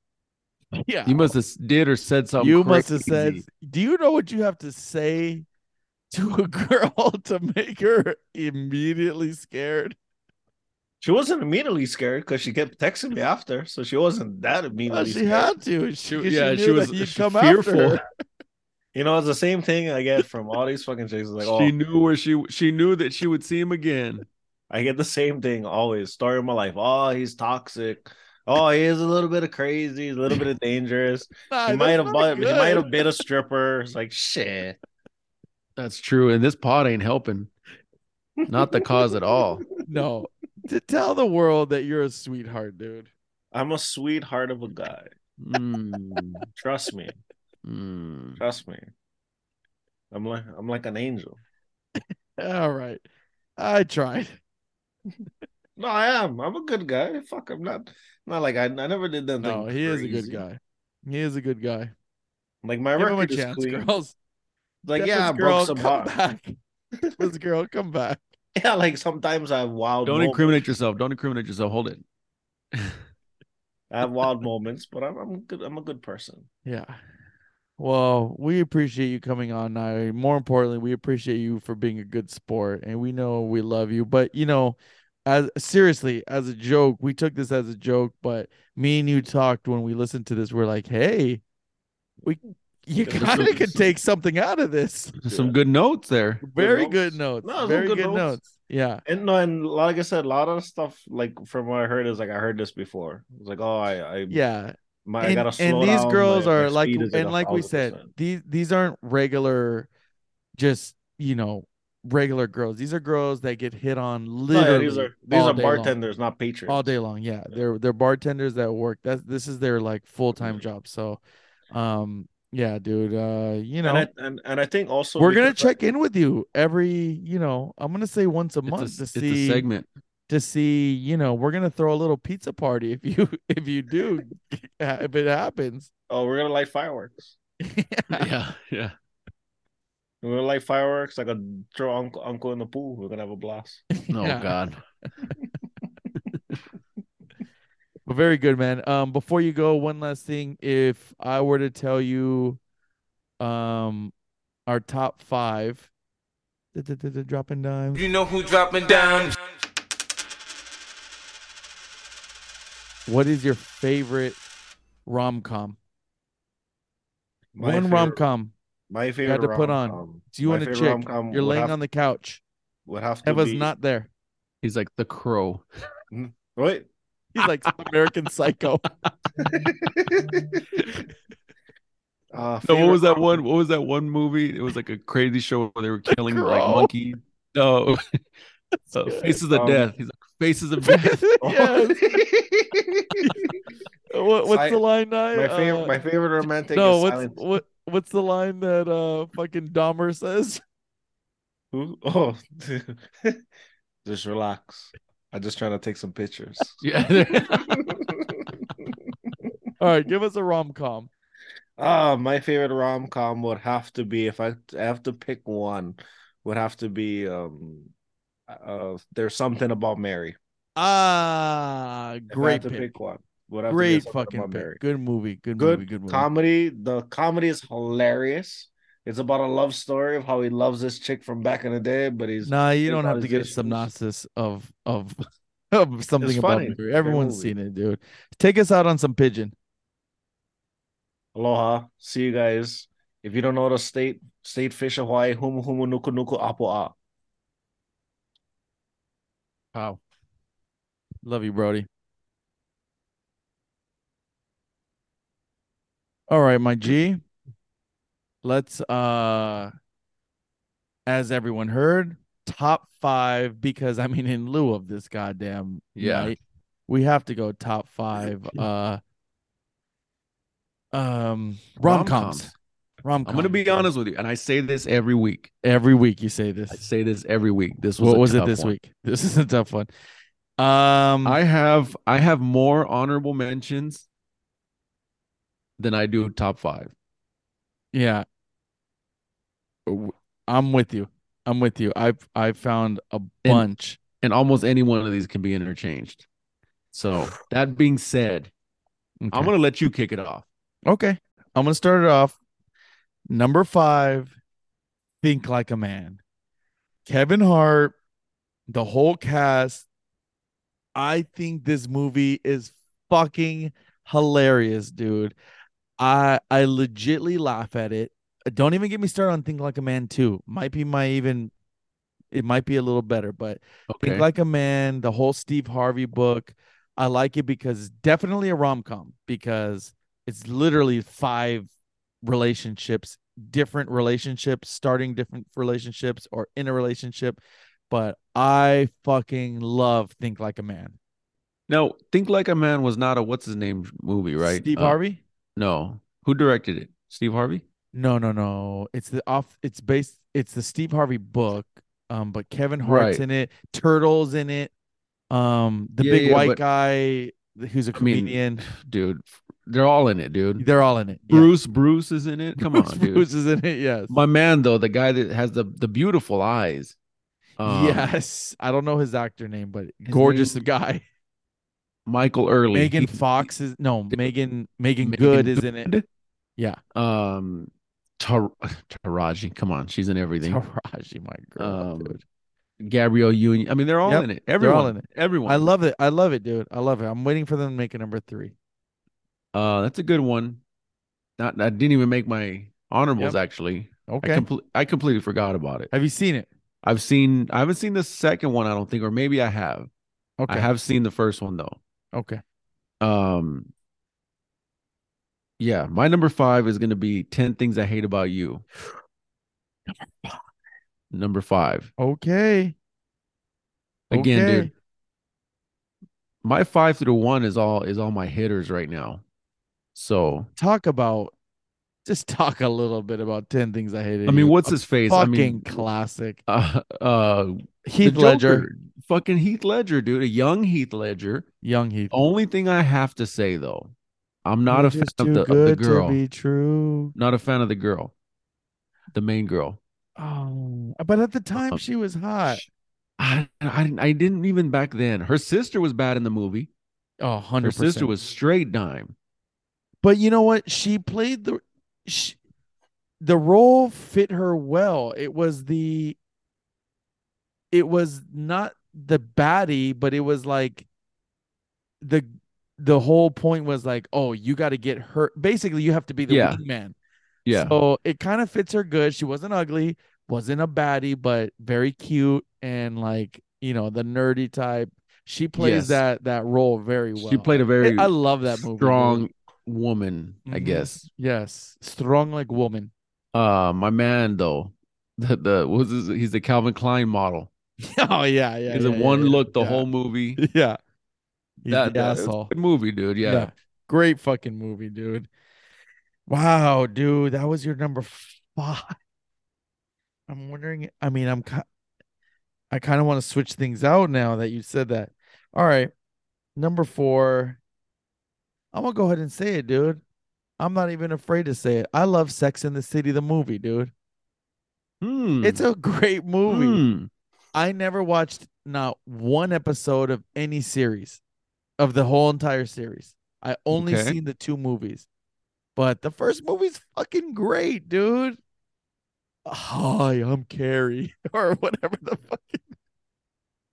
S2: yeah.
S3: You must have did or said something.
S2: you must have said,
S3: crazy.
S2: "Do you know what you have to say to a girl to make her immediately scared?"
S4: She wasn't immediately scared because she kept texting me after, so she wasn't that
S2: Well,
S4: immediately.
S2: she
S4: scared.
S2: had to. She,
S3: She-
S2: 'cause
S3: yeah,
S2: she,
S3: she
S2: knew
S3: was-
S2: that you'd
S3: she
S2: come
S3: fearful.
S2: after her.
S4: You know, it's the same thing I get from all these fucking chicks. Like, oh,
S3: she knew where she she knew that she would see him again.
S4: I get the same thing always. Story of my life. Oh, he's toxic. Oh, he is a little bit of crazy. He's a little bit of dangerous.
S2: Nah,
S4: He
S2: Ah, that's
S4: might have
S2: not
S4: bought. He might
S2: good.
S4: have been a stripper. It's like shit.
S3: That's true, and this pod ain't helping. Not the cause at all.
S2: No, to tell the world that you're a sweetheart, dude.
S4: I'm a sweetheart of a guy.
S3: Mm,
S4: Trust me.
S3: mm.
S4: Trust me. I'm like I'm like an angel.
S2: All right, I tried.
S4: No, I am. I'm a good guy. Fuck, I'm not. Not like I. I never did that.
S2: No, he is a good guy. He is a good guy.
S4: Like my
S2: Give him a
S4: record is
S2: chance,
S4: clean.
S2: girls.
S4: Like
S2: Get
S4: yeah, I
S2: this
S4: broke
S2: girl,
S4: some
S2: come
S4: heart.
S2: back. This girl, come back.
S4: Yeah, like sometimes I have wild.
S3: Don't
S4: moments.
S3: incriminate yourself. Don't incriminate yourself. Hold it.
S4: I have wild moments, but I'm, I'm good. I'm a good person.
S2: Yeah. Well, we appreciate you coming on, Nairi. More importantly, we appreciate you for being a good sport, and we know we love you. But you know, as seriously, as a joke, we took this as a joke. But me and you talked when we listened to this. We're like, hey, we you
S4: Yeah, this
S2: kind of
S4: is-
S2: could take something out of this.
S3: Some good notes there.
S2: Very good notes.
S4: No, it's all
S2: Very
S4: good
S2: good notes.
S4: notes.
S2: Yeah.
S4: And no, and like I said, a lot of stuff like from what I heard is like I heard this before. It's like, oh, I, I,
S2: Yeah.
S4: my, I
S2: and,
S4: gotta slow
S2: and these
S4: down,
S2: girls
S4: my- my
S2: are like
S4: speed is at
S2: and
S4: a
S2: like we
S4: thousand
S2: said
S4: percent.
S2: these these aren't regular just you know regular girls these are girls that get hit on
S4: No, Oh, yeah,
S2: literally
S4: these are these
S2: all
S4: are
S2: day long.
S4: bartenders, not patriots.
S2: all day long yeah they're they're bartenders that work that's this is their like full-time job so um yeah dude uh you know
S4: and, I, and and I think also
S2: we're gonna
S4: because I-
S2: check in with you every you know i'm gonna say once a
S3: It's a,
S2: month to
S3: it's a
S2: see
S3: segment.
S2: to see you know we're gonna throw a little pizza party if you if you do if it happens
S4: oh, we're gonna light fireworks.
S3: Yeah, yeah.
S4: We're gonna light fireworks. I gonna throw uncle uncle in the pool. We're gonna have a blast.
S3: Oh
S2: Yeah.
S3: God.
S2: Well, very good, man. Um, before you go, one last thing. If I were to tell you, um, our top five, D-d-d-d- dropping dimes.
S10: You know who dropping down?
S2: What is your favorite rom com?
S4: My
S2: One
S4: favorite-
S2: rom com.
S4: My favorite.
S2: had to put on.
S4: rom-com-
S2: Do you
S4: my
S2: want a
S4: favorite
S2: chick?
S4: rom-com
S2: You're
S4: would
S2: laying
S4: have-
S2: on the couch.
S4: would have to
S2: Eva's
S4: be-
S2: not there.
S3: He's like the crow.
S4: Wait,
S2: He's like some American Psycho.
S4: uh,
S3: No, what
S4: favorite
S3: was that
S4: rom-com.
S3: one? What was that one movie? It was like a crazy show where they were killing like
S2: Crow.
S3: monkey. No, Uh, Faces of
S4: Um,
S3: Death. He's like Faces of Death.
S2: Yes. What, what's
S4: Psy-
S2: the line? I,
S4: my favorite,
S2: uh,
S4: my favorite romantic.
S2: no,
S4: is
S2: what's
S4: Silence.
S2: what? What's the line that uh fucking Dahmer says?
S4: Who? Oh, just relax. I'm just trying to take some pictures.
S3: Yeah,
S2: All right, give us a rom com.
S4: Ah, my favorite rom com would have to be if I, I have to pick one, would have to be um, uh, there's something about Mary.
S2: Ah,
S4: If I
S2: great
S4: had to
S2: pick.
S4: pick one. Would have to be
S2: Great
S4: something
S2: fucking
S4: about
S2: pick.
S4: Mary.
S2: Good movie. Good, movie.
S4: Good,
S2: Good movie.
S4: comedy. The comedy is hilarious. It's about a love story of how he loves this chick from back in the day, but he's
S2: nah, you
S4: good
S2: don't have to get a
S4: conversations.
S2: synopsis of of of something
S4: It's
S2: about
S4: funny.
S2: it.
S4: Good
S2: Everyone's
S4: movie.
S2: seen it, dude. Take us out on some pigeon.
S4: aloha. See you guys. If you don't know the state, state fish of Hawaii, humu humu nuku nuku apoa.
S2: Love you, Brody. All right, my G. Let's uh as everyone heard, top 5 because I mean in lieu of this goddamn
S3: Yeah.
S2: night, we have to go top 5 uh um rom-coms.
S3: Rom-coms.
S2: Rom-coms.
S3: I'm gonna be honest with you, and I say this every week.
S2: Every week you say this.
S3: I say this every week. This was
S2: what
S3: a
S2: was it
S3: tough
S2: this
S3: one.
S2: week? This is a tough one.
S4: Hmm.
S2: Um
S3: I have I have more honorable mentions than I do top five.
S2: Yeah. W- I'm with you. I'm with you. I've I found a bunch.
S3: and almost any one of these can be interchanged. So that being said, I'm
S2: okay.
S3: gonna let you kick it off.
S2: Okay. I'm gonna start it off. Number five, Think Like a Man. Kevin Hart, the whole cast. I think this movie is fucking hilarious, dude. I I legitly laugh at it. Don't even get me started on Think Like a Man 2. Might be my even it might be a little better, but
S3: Okay.
S2: Think Like a Man, the whole Steve Harvey book. I like it because it's definitely a rom com because it's literally five relationships, different relationships, starting different relationships or in a relationship. But I fucking love Think Like a Man.
S3: no, Think Like a Man was not a what's his name movie, right?
S2: Steve
S3: Uh,
S2: Harvey?
S3: No. Who directed it? Steve Harvey?
S2: No, no, no. It's the off. It's based. It's the Steve Harvey book. Um, but Kevin Hart's
S3: Right.
S2: in it. Turtles in it. Um, the
S3: Yeah,
S2: big
S3: yeah,
S2: white
S3: but-
S2: guy who's a
S3: I mean,
S2: comedian.
S3: Dude, they're all in it, dude.
S2: They're all in it. yeah.
S3: Bruce Bruce is in it. Come
S2: Bruce
S3: on, dude.
S2: Bruce is in it. Yes.
S3: My man though, the guy that has the the beautiful eyes. Um,
S2: yes. I don't know his actor name, but
S3: His
S2: gorgeous
S3: name-
S2: guy.
S3: Michael Early.
S2: Megan
S3: He-
S2: Fox is no Megan.
S3: Megan
S2: Megan Good is in it.
S3: Good.
S2: Yeah.
S3: Um Tar- Taraji. Come on, she's in everything.
S2: Taraji, my girl.
S3: Um,
S2: dude.
S3: Gabrielle Union. I mean, they're all
S2: Yep,
S3: in it.
S2: they're
S3: Everyone.
S2: all in it.
S3: Everyone.
S2: I love it. I love it, dude. I love it. I'm waiting for them to make a number three.
S3: Uh, that's a good one. Not, I didn't even make my honorables actually.
S2: Okay.
S3: I, comple- I completely forgot about it.
S2: Have you seen it?
S3: I've seen. I haven't seen the second one. I don't think, or maybe I have.
S2: Okay.
S3: I have seen the first one though.
S2: Okay.
S3: Um. Yeah, my number five is going to be ten things I hate about you. Number five.
S2: Okay.
S3: Again,
S2: Okay.
S3: dude. My five through one is all is all my hitters right now. So
S2: Talk about. Just talk a little bit about ten things I hated.
S3: I mean,
S2: You.
S3: what's
S2: A
S3: his face?
S2: fucking
S3: I mean,
S2: classic?
S3: uh, uh,
S2: Heath
S3: the
S2: Ledger,
S3: Joker. fucking Heath Ledger, dude, a young Heath Ledger.
S2: young Heath.
S3: Only thing I have to say though, I'm not a
S2: You're
S3: fan
S2: just
S3: of
S2: too
S3: the, of the
S2: good to
S3: girl.
S2: be true.
S3: Not a fan of the girl, the main girl.
S2: Oh, but at the time
S3: Um,
S2: she was hot.
S3: I, I didn't- I didn't even back then. Her sister was bad in the movie.
S2: Oh,
S3: Her
S2: 100
S3: sister was straight dime.
S2: But you know what? She played the she, the role fit her well. It was the it was not the baddie, but it was like the the whole point was like, oh, you got to get her. Basically, you have to be the
S3: Yeah.
S2: lead man.
S3: Yeah,
S2: So it kind of fits her good. She wasn't ugly, wasn't a baddie, but very cute and like you know the nerdy type. She plays
S3: Yes.
S2: that that role very well.
S3: she played a very
S2: I love that movie. dude.
S3: strong woman, I
S2: Mhm.
S3: guess.
S2: Yes, strong like woman.
S3: Uh, my man though, the the what was his, he's the Calvin Klein model.
S2: oh yeah, yeah.
S3: he's
S2: yeah,
S3: in one
S2: yeah,
S3: look the
S2: yeah.
S3: whole movie.
S2: yeah. He's
S3: That,
S2: the
S3: that it's a
S2: asshole.
S3: good movie, dude. Yeah.
S2: Yeah. Great fucking movie, dude. Wow, dude, that was your number five. I'm wondering. I mean, I'm. ki- I kind of want to switch things out now that you said that. All right, number four. I'm gonna go ahead and say it, dude. I'm not even afraid to say it. I love Sex in the City, the movie, dude.
S3: Hmm.
S2: It's a great movie.
S3: Hmm.
S2: I never watched not one episode of any series, of the whole entire series. I only
S3: Okay.
S2: seen the two movies, but the first movie's fucking great, dude. Hi, I'm Carrie, or whatever the fuck.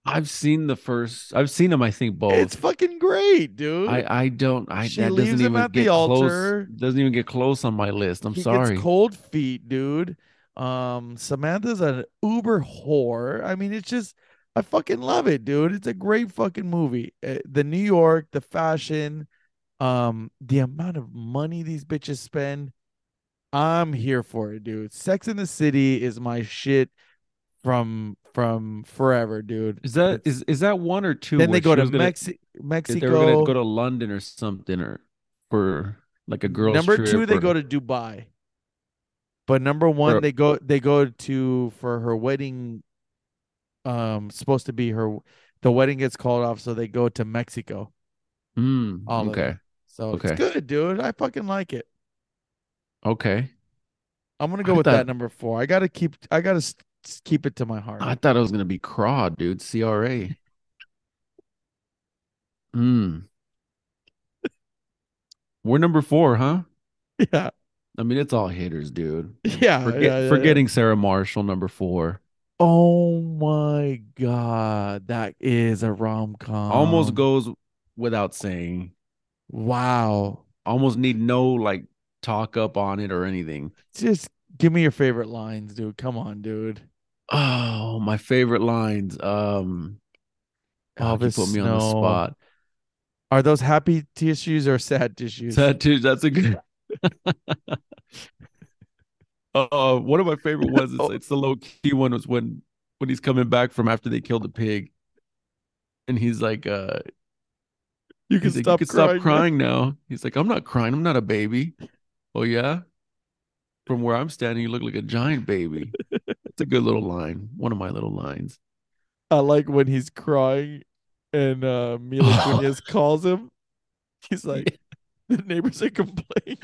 S3: I've seen the first. I've seen them. I think both.
S2: It's fucking great, dude.
S3: I I don't. I
S2: She
S3: that
S2: leaves
S3: doesn't
S2: him
S3: even
S2: at the
S3: get
S2: altar.
S3: close. Doesn't even get close on my list. I'm
S2: he
S3: sorry.
S2: Gets cold feet, dude. Um, Samantha's an uber whore. I mean, it's just, I fucking love it, dude. It's a great fucking movie. Uh, the New York, the fashion, um, the amount of money these bitches spend. I'm here for it, dude. Sex in the City is my shit from from forever, dude.
S3: Is that is is that one or two?
S2: then
S3: where
S2: they go
S3: she
S2: to
S3: was gonna-
S2: Mexi-
S3: that
S2: Mexico.
S3: They were gonna go to London or something, or for like a girls.
S2: number two
S3: trip
S2: they
S3: or-
S2: go to dubai but number one
S3: Or-
S2: they go they go to for her wedding um supposed to be her the wedding gets called off so they go to mexico
S3: Mm,
S2: all of
S3: okay,
S2: them. so
S3: Okay.
S2: it's good dude i fucking like it
S3: okay.
S2: i'm gonna
S3: I
S2: go with that
S3: thought-
S2: number four i gotta keep i gotta s- s- keep it to my heart
S3: I thought it was gonna be craw, dude. C R A. Hmm. We're number four, huh?
S2: yeah
S3: I mean, it's all hitters, dude.
S2: yeah,
S3: Forget,
S2: yeah, yeah, yeah.
S3: forgetting Sarah Marshall, number four.
S2: oh my god that is a rom-com
S3: Almost goes without saying.
S2: wow
S3: Almost need no like talk up on it or anything.
S2: just give me your favorite lines dude come on dude
S3: Oh, my favorite lines. Um, God, you
S2: Elvis
S3: put me on the
S2: Snow.
S3: spot.
S2: Are those happy tissues or sad tissues?
S3: Tattoos. That's a good. uh, one of my favorite ones.
S2: Oh.
S3: It's, it's the low key one. Was when when he's coming back from after they killed the pig, and he's like, uh,
S2: you
S3: he's like, you can stop crying now. He's like, I'm not crying. I'm not a baby. Oh yeah. From where I'm standing, you look like a giant baby. It's a good little line. One of my little lines.
S2: I like when he's crying and uh Mila
S3: Oh.
S2: Kunis calls him. He's like, the neighbors are complaining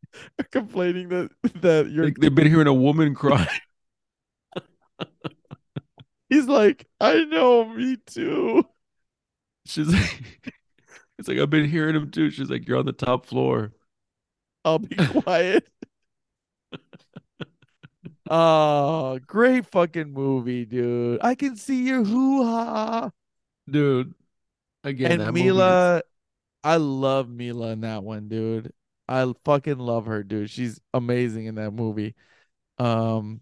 S2: are complaining that that you're
S3: Like, they've been hearing a woman cry.
S2: he's like, I know, me too.
S3: She's like, it's like I've been hearing him too. She's like, you're on the top floor.
S2: I'll be quiet. oh, great fucking movie, dude. I can see your hoo-ha.
S3: dude. Again,
S2: and
S3: that movie is-
S2: Mila, I love Mila in that one, dude. I fucking love her, dude. She's amazing in that movie. Um,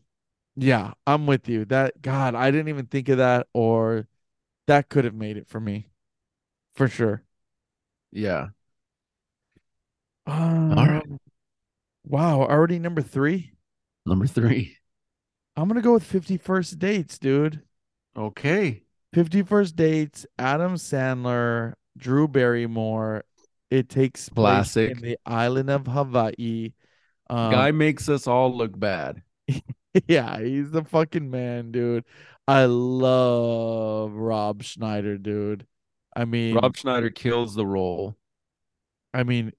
S2: yeah, I'm with you. That God, I didn't even think of that, or that could have made it for me, for sure.
S3: yeah,
S2: Um,
S3: right.
S2: Wow, already number three.
S3: number three.
S2: I'm gonna go with Fifty First Dates, dude.
S3: Okay,
S2: Fifty First Dates, Adam Sandler, Drew Barrymore. It takes place
S3: Classic.
S2: in the island of Hawaii. Um,
S3: guy makes us all look bad.
S2: yeah, he's the fucking man, dude. I love Rob Schneider, dude. I mean,
S3: Rob Schneider kills the role.
S2: I mean,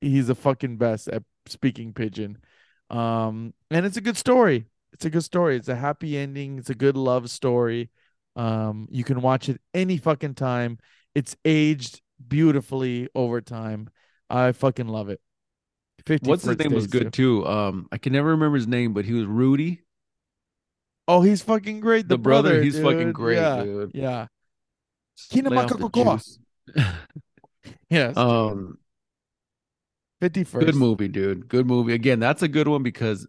S2: he's the fucking best at speaking pigeon. Um, and it's a good story. It's a good story. It's a happy ending. It's a good love story. Um, you can watch it any fucking time. It's aged beautifully over time. I fucking love it. 50
S3: What's his
S2: First
S3: name was
S2: Dates, dude.
S3: good too. Um, I can never remember his name, but he was Rudy,
S2: Oh, he's fucking great.
S3: the,
S2: The,
S3: brother. he's fucking
S2: dude.
S3: great,
S2: Yeah.
S3: dude.
S2: Yeah.
S3: Just
S2: Kina
S3: lay off the
S2: Makakokoa.
S3: juice.
S2: Yes.
S3: um,
S2: 51st.
S3: good movie, dude. Good movie. Again, that's a good one because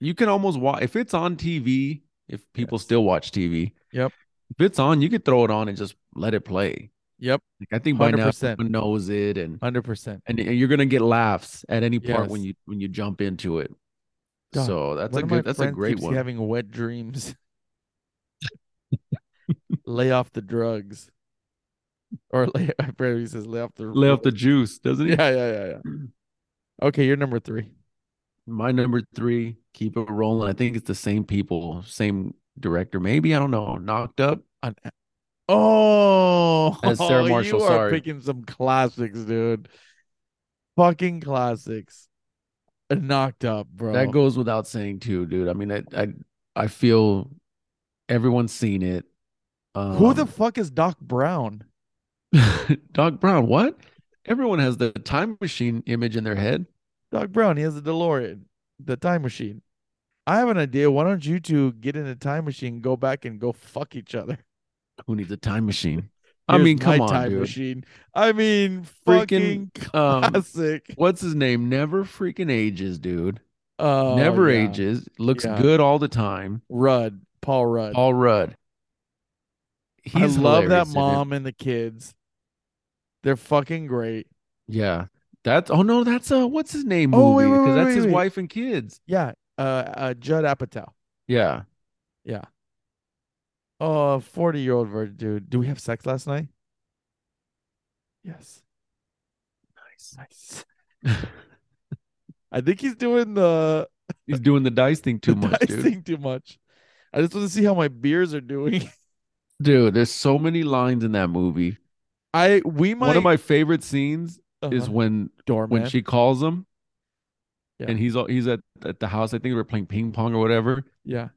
S3: you can almost watch if it's on TV. If people still watch TV,
S2: Yep.
S3: If it's on, you could throw it on and just let it play.
S2: Yep.
S3: Like I think by now
S2: 100%.
S3: everyone knows it, and
S2: 100%.
S3: and and you're gonna get laughs at any part when
S2: Yes.
S3: you when you jump into it.
S2: God,
S3: so that's
S2: One
S3: a
S2: of my
S3: good that's a
S2: friends
S3: great
S2: keeps
S3: one.
S2: Having wet dreams. lay off the drugs. Or lay, I forget what he says lay off the.
S3: Lay off the juice, doesn't
S2: Yeah,
S3: it?
S2: yeah, yeah, yeah. Okay, you're number three.
S3: My number three, keep it rolling. I think it's the same people, same director, maybe I don't know. Knocked up.
S2: On- oh,
S3: That's Sarah Marshall,
S2: You are
S3: sorry.
S2: picking some classics, dude. Fucking classics. Knocked up, bro.
S3: That goes without saying too, dude. I mean, I I I feel Everyone's seen it. Um,
S2: Who the fuck is Doc Brown?
S3: Doc Brown? What? Everyone has the time machine image in their head.
S2: Doc Brown, he has a DeLorean, the time machine. I have an idea. Why don't you two get in a time machine, go back and go fuck each other?
S3: Who needs a time machine? I
S2: Here's
S3: mean,
S2: my
S3: come on,
S2: time
S3: dude.
S2: machine. I mean,
S3: Freaking,
S2: freaking
S3: um,
S2: classic.
S3: What's his name? Never freaking ages, dude.
S2: Oh,
S3: Never
S2: yeah.
S3: ages. Looks
S2: Yeah.
S3: good all the time.
S2: Rudd, Paul Rudd.
S3: Paul Rudd.
S2: I
S3: He's
S2: love
S3: hilarious
S2: that
S3: in it.
S2: mom and the kids. They're fucking great.
S3: Yeah. That's oh no, that's uh what's his name
S2: Oh, wait,
S3: movie
S2: wait,
S3: because
S2: wait,
S3: that's
S2: wait,
S3: his
S2: wait.
S3: wife and kids.
S2: Yeah. Uh, uh Judd Apatow.
S3: Yeah.
S2: Oh, 40 year old virgin dude. Do we have sex last night? Yes. Nice. Nice. I think he's doing the,
S3: He's doing the dice thing too
S2: the
S3: much,
S2: dice
S3: dude.
S2: thing too much. I just want to see how my beers are doing.
S3: Dude, there's so many lines in that movie.
S2: I we might
S3: One of my favorite scenes is
S2: Uh-huh.
S3: when when
S2: doorman.
S3: she calls him
S2: Yeah.
S3: and he's all he's at, at the house. I think they were playing ping pong or whatever.
S2: yeah.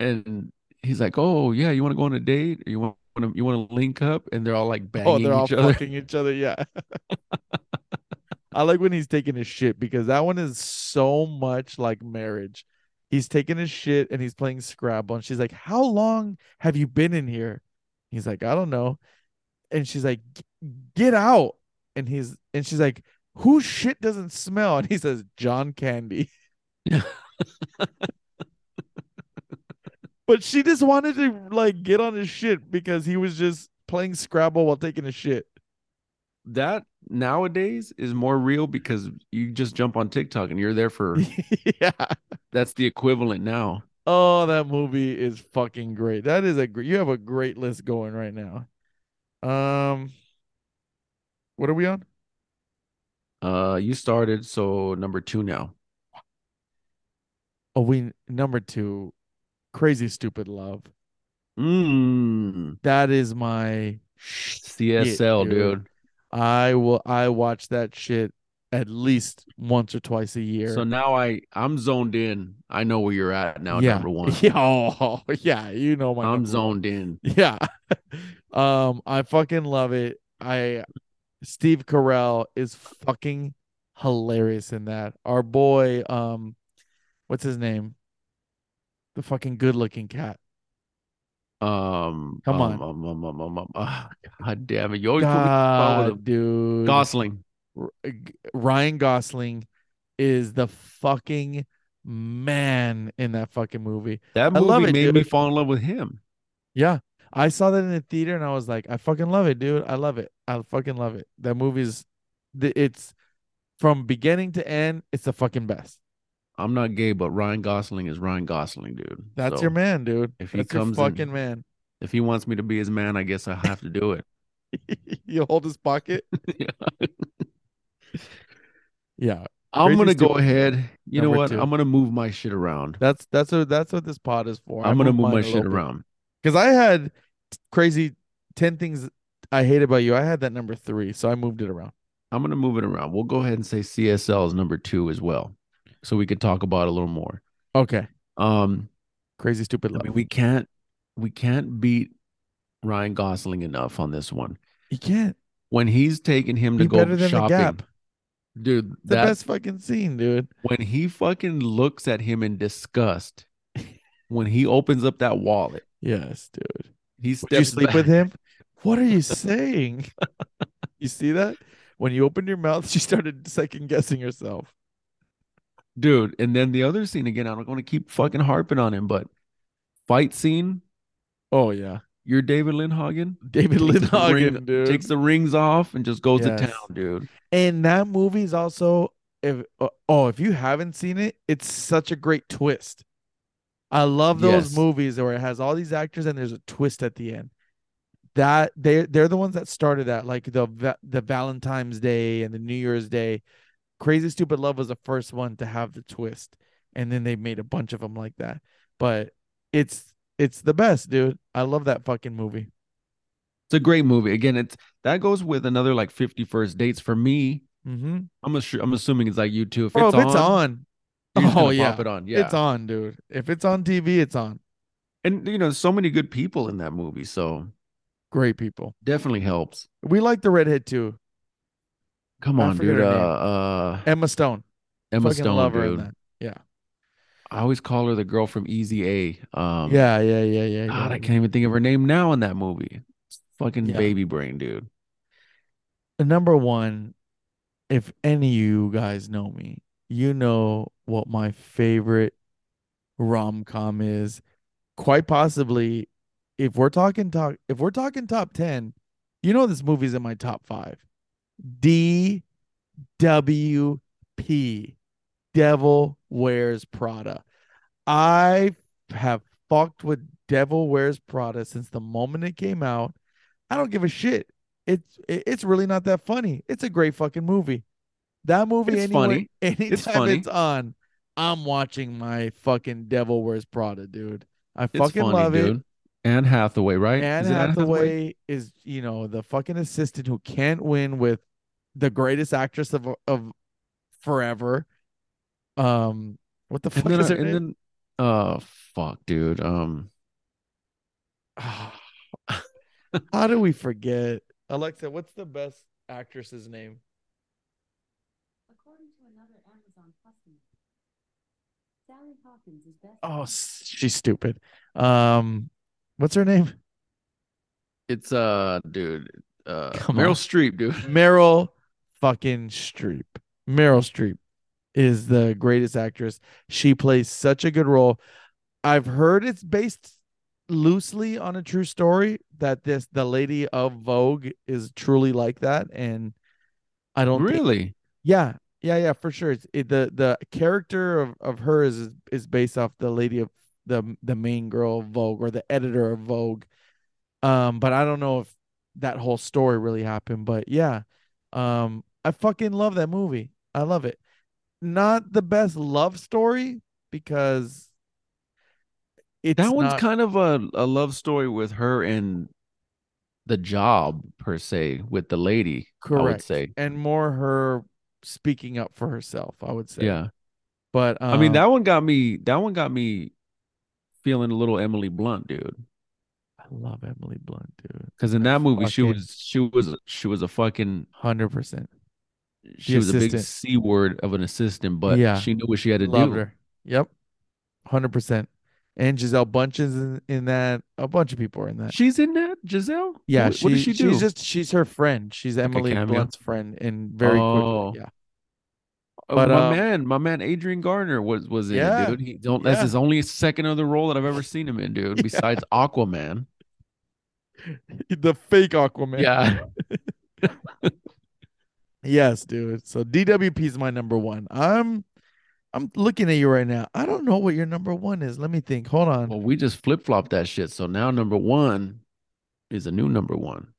S3: And he's like, Oh yeah, you want to go on a date? Or you want to you want to link up? And they're all like
S2: Oh,
S3: banging
S2: they're all
S3: each other.
S2: fucking each other. Yeah. I like when he's taking his shit because that one is so much like marriage. He's taking his shit and he's playing Scrabble. And she's like, How long have you been in here? He's like, I don't know. And she's like, "G- Get out. And he's and she's like, Whose shit doesn't smell? And he says, John Candy. but she just wanted to like get on his shit because he was just playing Scrabble while taking a shit.
S3: That nowadays is more real because you just jump on TikTok and you're there for
S2: yeah.
S3: that's the equivalent now.
S2: Oh, that movie is fucking great. That is a gr- you have a great list going right now. Um, what are we on?
S3: Uh, you started, so number two now.
S2: Oh, we number two, Crazy Stupid Love.
S3: Mm,
S2: That is my.
S3: CSL,
S2: dude.
S3: dude.
S2: I will. I watch that shit at least once or twice a year.
S3: So now I I'm zoned in. I know where you're at now.
S2: yeah,
S3: Number one,
S2: Yeah, oh, yeah. You know my.
S3: I'm
S2: number one.
S3: zoned in.
S2: Yeah. um, I fucking love it. I Steve Carell is fucking hilarious in that. Our boy, um, what's his name? The fucking good looking cat.
S3: Um,
S2: Come
S3: um,
S2: on.
S3: um, um, um, um, um, ah, God damn it! You always put me
S2: God,
S3: with
S2: dude.
S3: Gosling.
S2: R- G- Ryan Gosling is the fucking man in that fucking movie.
S3: That
S2: I
S3: movie
S2: love it,
S3: made me
S2: dude.
S3: fall in love with him.
S2: Yeah. I saw that in the theater and I was like, I fucking love it, dude. I love it. I fucking love it. That movie's th- it's from beginning to end, it's the fucking best.
S3: I'm not gay, but Ryan Gosling is Ryan Gosling, dude.
S2: That's
S3: So
S2: your man, dude.
S3: if he
S2: That's
S3: comes
S2: your
S3: in-
S2: fucking man.
S3: If he wants me to be his man, I guess I have to do it.
S2: you hold his pocket. yeah.
S3: I'm
S2: Crazy
S3: gonna go
S2: Stupid Love.
S3: ahead. You know
S2: Number
S3: what?
S2: two.
S3: I'm gonna move my shit around.
S2: That's that's what that's what this pod is for.
S3: I'm gonna move my shit around.
S2: Because I had t- crazy ten things I hate about you. I had that number three, so I moved it around.
S3: I'm gonna move it around. We'll go ahead and say CSL is number two as well, so we could talk about it a little more.
S2: Okay.
S3: Um,
S2: Crazy stupid
S3: I
S2: love.
S3: mean, we can't we can't beat Ryan Gosling enough on this one
S2: you can't.
S3: when he's taking him to
S2: Be better
S3: go
S2: than the
S3: shopping,
S2: gap.
S3: dude.
S2: It's the
S3: That
S2: best fucking scene, dude.
S3: when he fucking looks at him in disgust when he opens up that wallet.
S2: Yes, dude.
S3: He
S2: Did you
S3: steps
S2: sleep
S3: back.
S2: with him? What are you saying? you see that? When you opened your mouth, she started second guessing herself.
S3: dude. And then the other scene again. I'm going to keep fucking harping on him, but fight scene.
S2: Oh yeah,
S3: You're David Lindhagen.
S2: David
S3: Takes the ring-
S2: Lindhagen, dude.
S3: Takes the rings off and just goes
S2: Yes.
S3: to town, dude.
S2: and that movie's also if uh, oh if you haven't seen it, it's such a great twist. I love those
S3: Yes.
S2: movies where it has all these actors and there's a twist at the end. That they they're the ones that started that, like the Va- the Valentine's Day and the New Year's Day. Crazy Stupid Love was the first one to have the twist, and then they made a bunch of them like that. But it's it's the best, dude. I love that fucking movie.
S3: It's a great movie. Again, it's that goes with another like 50 first dates for me.
S2: Mm-hmm.
S3: I'm assu- I'm assuming it's like you too. If
S2: Oh,
S3: it's
S2: if
S3: on,
S2: it's on,
S3: you're just
S2: oh
S3: gonna
S2: yeah,
S3: pop it on. Yeah,
S2: It's on, dude. If it's on TV, it's on.
S3: and you know, so many good people in that movie. So
S2: Great people.
S3: definitely helps.
S2: We like the redhead too.
S3: Come
S2: I
S3: on,
S2: forget
S3: dude. Uh,
S2: her
S3: uh,
S2: Emma Stone.
S3: Emma
S2: Fucking
S3: Stone,
S2: love her in
S3: dude.
S2: that.
S3: I always call her the girl from Easy A. Um,
S2: yeah, yeah, yeah, yeah.
S3: God,
S2: yeah.
S3: I can't even think of her name now in that movie. It's fucking
S2: Yeah.
S3: baby brain, dude.
S2: number one, if any of you guys know me, you know what my favorite rom com is. Quite possibly, if we're talking top, if we're talking top ten, you know this movie's in my top five. D W P Devil Wears Prada. I have fucked with Devil Wears Prada since the moment it came out. I don't give a shit it's it- it's really not that funny. It's a great fucking movie. That movie,
S3: It's
S2: anyway,
S3: funny.
S2: anytime
S3: funny.
S2: it's, on, I'm watching my fucking Devil Wears Prada, dude. I
S3: It's
S2: fucking
S3: funny,
S2: love it.
S3: dude. Anne Hathaway, right?
S2: Anne
S3: Is it
S2: Hathaway is, you know, the fucking assistant who can't win with the greatest actress of of forever. Um, what the
S3: And
S2: fuck
S3: then,
S2: is her
S3: and
S2: name?
S3: then, uh, fuck, dude. Um,
S2: How do we forget? Alexa, what's the best actress's name?
S11: According to another Amazon customer, Sally Hawkins is best.
S2: Oh, s- she's stupid. Um, what's her name?
S3: it's uh, dude. Uh,
S2: Come
S3: Meryl
S2: on.
S3: Streep, dude.
S2: Meryl fucking Streep. Meryl Streep is the greatest actress. She plays such a good role. I've heard it's based loosely on a true story that this the lady of Vogue is truly like that, and I don't think-
S3: Really?
S2: yeah, yeah, yeah, for sure. It's it, the the character of of her is is based off the lady of the the main girl of Vogue or the editor of Vogue. Um, but I don't know if that whole story really happened. But yeah, um, I fucking love that movie. I love it. Not the best love story because it's
S3: That one's
S2: not-
S3: kind of a, a love story with her and the job per se with the lady. I would
S2: Correct.
S3: say.
S2: and more her speaking up for herself. I would say.
S3: Yeah.
S2: But
S3: I mean,
S2: um,
S3: that one got me. That one got me feeling a little Emily Blunt, dude.
S2: I love Emily Blunt, dude.
S3: Because in that movie, she
S2: fucking-
S3: was she was she was a fucking
S2: Hundred percent.
S3: she was a big
S2: assistant.
S3: c word of an assistant, but
S2: Yeah.
S3: she knew what she had to
S2: Loved
S3: do.
S2: her. Yep. Hundred percent. And Giselle Bunch is in, in that. A bunch of people are in that.
S3: She's in that Giselle.
S2: Uh, yeah,
S3: what, what does she do?
S2: She's just she's her friend. She's Emily
S3: cameo?
S2: Blunt's friend, and very
S3: Oh.
S2: quickly. Yeah.
S3: Oh,
S2: but,
S3: my
S2: um,
S3: man, my man, Adrian Garner was was in
S2: Yeah.
S3: it, dude. He don't. That's
S2: Yeah.
S3: his only second other role that I've ever seen him in, dude.
S2: Yeah.
S3: Besides Aquaman.
S2: The fake Aquaman.
S3: Yeah.
S2: Yes, dude. So DWP is my number one. I'm I'm looking at you right now. I don't know what your number one is. Let me think. Hold on.
S3: Well, we just flip flopped that shit. So now number one is a new number one.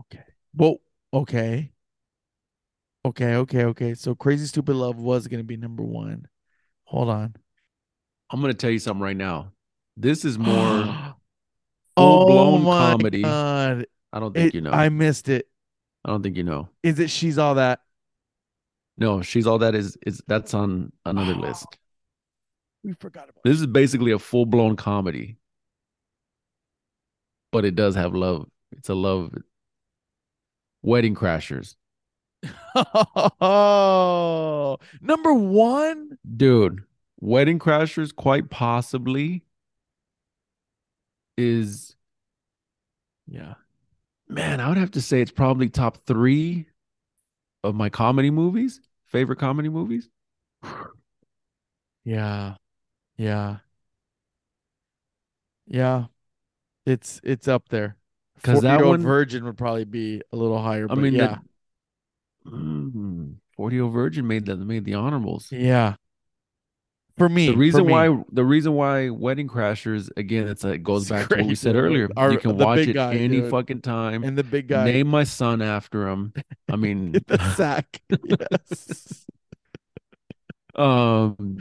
S2: Okay. Well, okay. Okay, okay, okay. So Crazy Stupid Love was gonna be number one. Hold on.
S3: I'm gonna tell you something right now. This is more.
S2: oh
S3: full-blown
S2: my
S3: comedy.
S2: God.
S3: I don't think
S2: It-
S3: you know.
S2: I
S3: I'm,
S2: missed it.
S3: I don't think you know.
S2: Is it she's all that?
S3: No, she's all that is is that's on another list.
S2: We forgot about
S3: This is basically a full blown comedy, but it does have love. It's a love. Wedding Crashers,
S2: Oh, number one.
S3: dude. Wedding Crashers, quite possibly, is yeah. Man, I would have to say it's probably top three of my comedy movies, favorite comedy movies.
S2: Yeah, yeah, yeah. It's it's up there.
S3: 'Cause that
S2: 40-year-old
S3: one-
S2: virgin would probably be a little higher.
S3: I
S2: but
S3: mean,
S2: yeah,
S3: that, mm, 40 Year Old Virgin made the made the honorables.
S2: yeah. For me,
S3: The
S2: for
S3: reason
S2: me.
S3: why the reason why Wedding Crashers again, it's like goes
S2: It's
S3: back to what we
S2: crazy,
S3: said
S2: dude.
S3: earlier.
S2: Our-
S3: you can
S2: the
S3: watch
S2: big
S3: it
S2: guy,
S3: any
S2: dude.
S3: fucking time.
S2: and the big guy
S3: Name my son after him. I mean,
S2: hit the sack. Yes,
S3: um,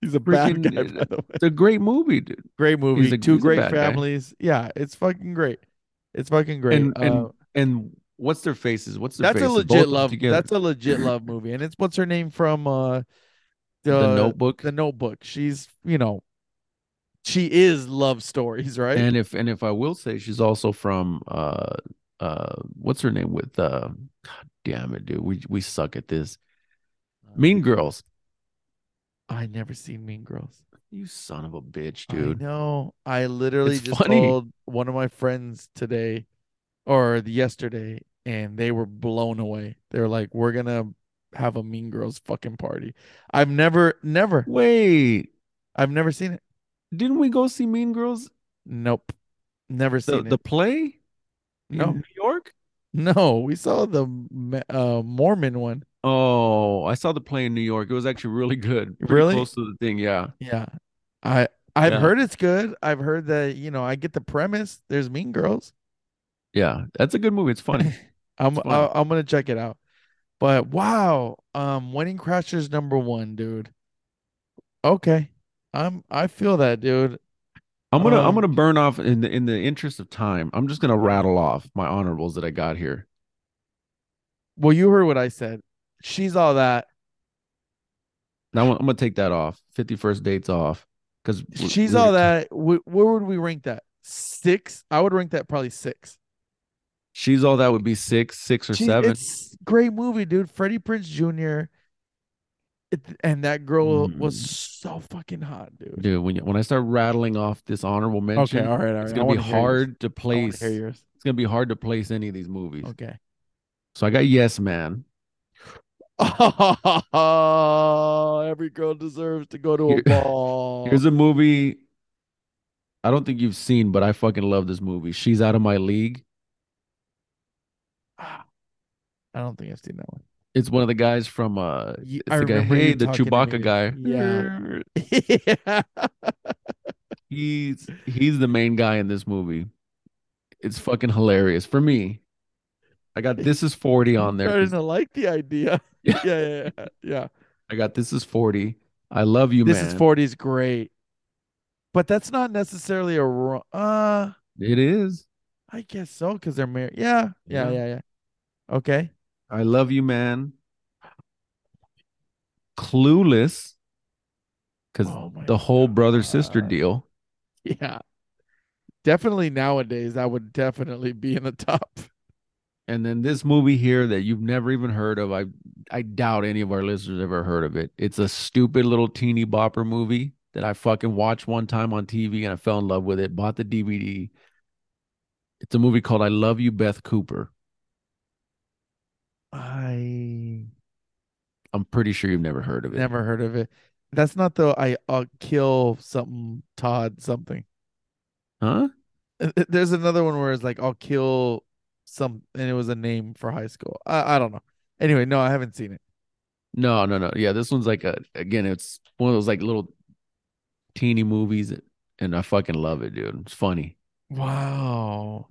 S2: he's a bad
S3: Freaking-
S2: guy. By the way.
S3: it's a great movie, dude.
S2: Great movie.
S3: a-
S2: Two
S3: he's a
S2: great
S3: bad guy.
S2: families. Yeah, it's fucking great. It's fucking great.
S3: And- and
S2: Uh,
S3: And what's their faces? What's their
S2: that's a
S3: faces? Both of
S2: legit
S3: them
S2: love.
S3: together.
S2: That's a legit love movie, and it's what's her name from uh,
S3: the
S2: uh,
S3: Notebook.
S2: The Notebook. She's you know she is love stories, right?
S3: And if and if I will say, she's also from uh uh what's her name with uh God damn it, dude. We we suck at this. Mean Girls.
S2: Uh, I never seen Mean Girls.
S3: You son of a bitch,
S2: Dude,
S3: dude.
S2: no, I literally
S3: It's
S2: just
S3: funny.
S2: told one of my friends today or yesterday, and they were blown away. They were like, "We're gonna have a Mean Girls fucking party." I've never, never,
S3: Wait,
S2: I've never seen it.
S3: didn't we go see Mean Girls
S2: Nope, never
S3: the,
S2: seen
S3: the
S2: it.
S3: play in
S2: No.
S3: New York?
S2: No, we saw the Ma- uh, Mormon one.
S3: Oh, I saw the play in New York. It was actually really good. Pretty
S2: Really?
S3: close to the thing, yeah.
S2: Yeah, I I've
S3: Yeah.
S2: heard it's good. I've heard that you know I get the premise. There's Mean Girls.
S3: Yeah. That's a good movie. It's funny.
S2: I'm
S3: fun.
S2: I, I'm gonna check it out. But wow, um, Wedding Crashers number one, dude. Okay, I'm I feel that, dude.
S3: I'm gonna I'm
S2: Um,
S3: gonna burn off in the in the interest of time. I'm just gonna rattle off my honorables that I got here.
S2: Well, you heard what I said. She's all that.
S3: Now I'm gonna take that off. Fifty first dates off because
S2: She's all that. Wh- where would we rank that? Six. I would rank that probably six.
S3: She's all that would be six, six or
S2: She-
S3: seven.
S2: It's great movie, dude. Freddie Prince Jr. It, and that girl was
S3: Mm.
S2: so fucking hot, dude.
S3: Dude, when you, when I start rattling off this honorable mention,
S2: Okay, all right, all right.
S3: it's
S2: I
S3: gonna be
S2: wanna hear yours.
S3: hard to
S2: I wanna hear
S3: place. It's
S2: yours.
S3: gonna be hard to place any of these movies.
S2: Okay.
S3: So I got Yes Man.
S2: Oh, every girl deserves to go to a
S3: Here-
S2: ball.
S3: Here's a movie I don't think you've seen, but I fucking love this movie. She's out of my league.
S2: I don't think I've seen that one.
S3: It's one of the guys from uh
S2: You-
S3: it's
S2: I
S3: the guy,
S2: remember you
S3: hey, the
S2: talking to me.
S3: Chewbacca guy.
S2: Yeah. yeah.
S3: He's he's the main guy in this movie. It's fucking hilarious for me. I got this is 40 on
S2: I'm starting
S3: there.
S2: to like the idea. Yeah,
S3: Yeah.
S2: yeah, yeah. yeah.
S3: I got this is 40. I love you,
S2: This
S3: man.
S2: is 40s great. But that's not necessarily a wrong. Uh,
S3: It is.
S2: I guess so because they're married. Yeah, yeah,
S3: Yeah.
S2: yeah, yeah. Okay.
S3: I love you, man. Clueless. Because
S2: Oh my
S3: the whole brother sister
S2: God.
S3: deal.
S2: Yeah. Definitely nowadays, I would definitely be in the top.
S3: And then this movie here that you've never even heard of. I I doubt any of our listeners ever heard of it. It's a stupid little teeny bopper movie that I fucking watched one time on TV and I fell in love with it. Bought the DVD. It's a movie called I Love You, Beth Cooper.
S2: I
S3: I'm pretty sure you've never heard of it.
S2: never heard of it. That's not the I uh, kill something Todd something.
S3: Huh?
S2: Uh, uh, There's another one where it's like I'll kill some, and it was a name for high school. I I don't know. Anyway, no, I haven't seen it.
S3: No, no, no. Yeah, this one's like a again, it's one of those like little teeny movies and I fucking love it, dude. It's funny.
S2: Wow.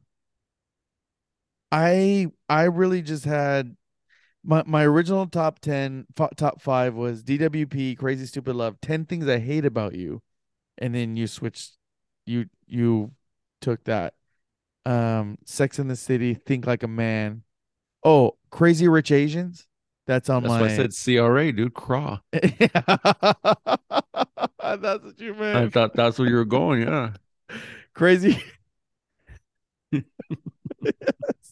S2: I I really just had my my original top 10 fo- top 5 was DWP Crazy Stupid Love 10 things I hate about you and then you switched you you took that um Sex in the City Think Like a Man Oh Crazy Rich Asians that's on
S3: That's why I
S2: my
S3: said CRA, dude. Craw.
S2: That's what you meant
S3: I thought that's where you were going, yeah.
S2: crazy. yes,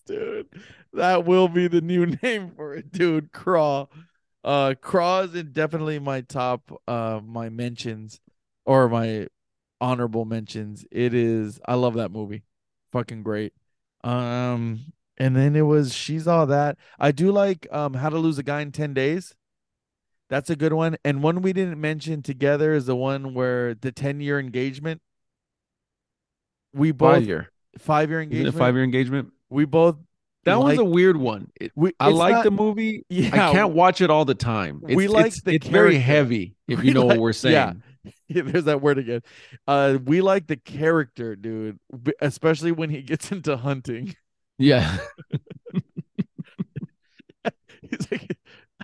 S2: dude. That will be the new name for it, dude. Craw. Uh Craw is in definitely my top uh my mentions or my honorable mentions. It is I love that movie. Fucking great. Um and then it was She's All That. I do like um How to Lose a Guy in 10 Days. That's a good one. And one we didn't mention together is the one where the 10 year engagement. We both
S3: Five year.
S2: five year
S3: Isn't it
S2: engagement.
S3: five year engagement?
S2: We both
S3: That one's a
S2: like-
S3: weird one. It,
S2: we,
S3: I
S2: it's
S3: like
S2: not-
S3: the movie.
S2: Yeah,
S3: I can't watch it all the time. It's,
S2: We like
S3: it's,
S2: the
S3: it's very
S2: character.
S3: heavy, if
S2: We
S3: you know
S2: like-
S3: what we're saying.
S2: yeah. Yeah, there's that word again. Uh, we like the character, dude, b- especially when he gets into hunting.
S3: Yeah.
S2: He's like,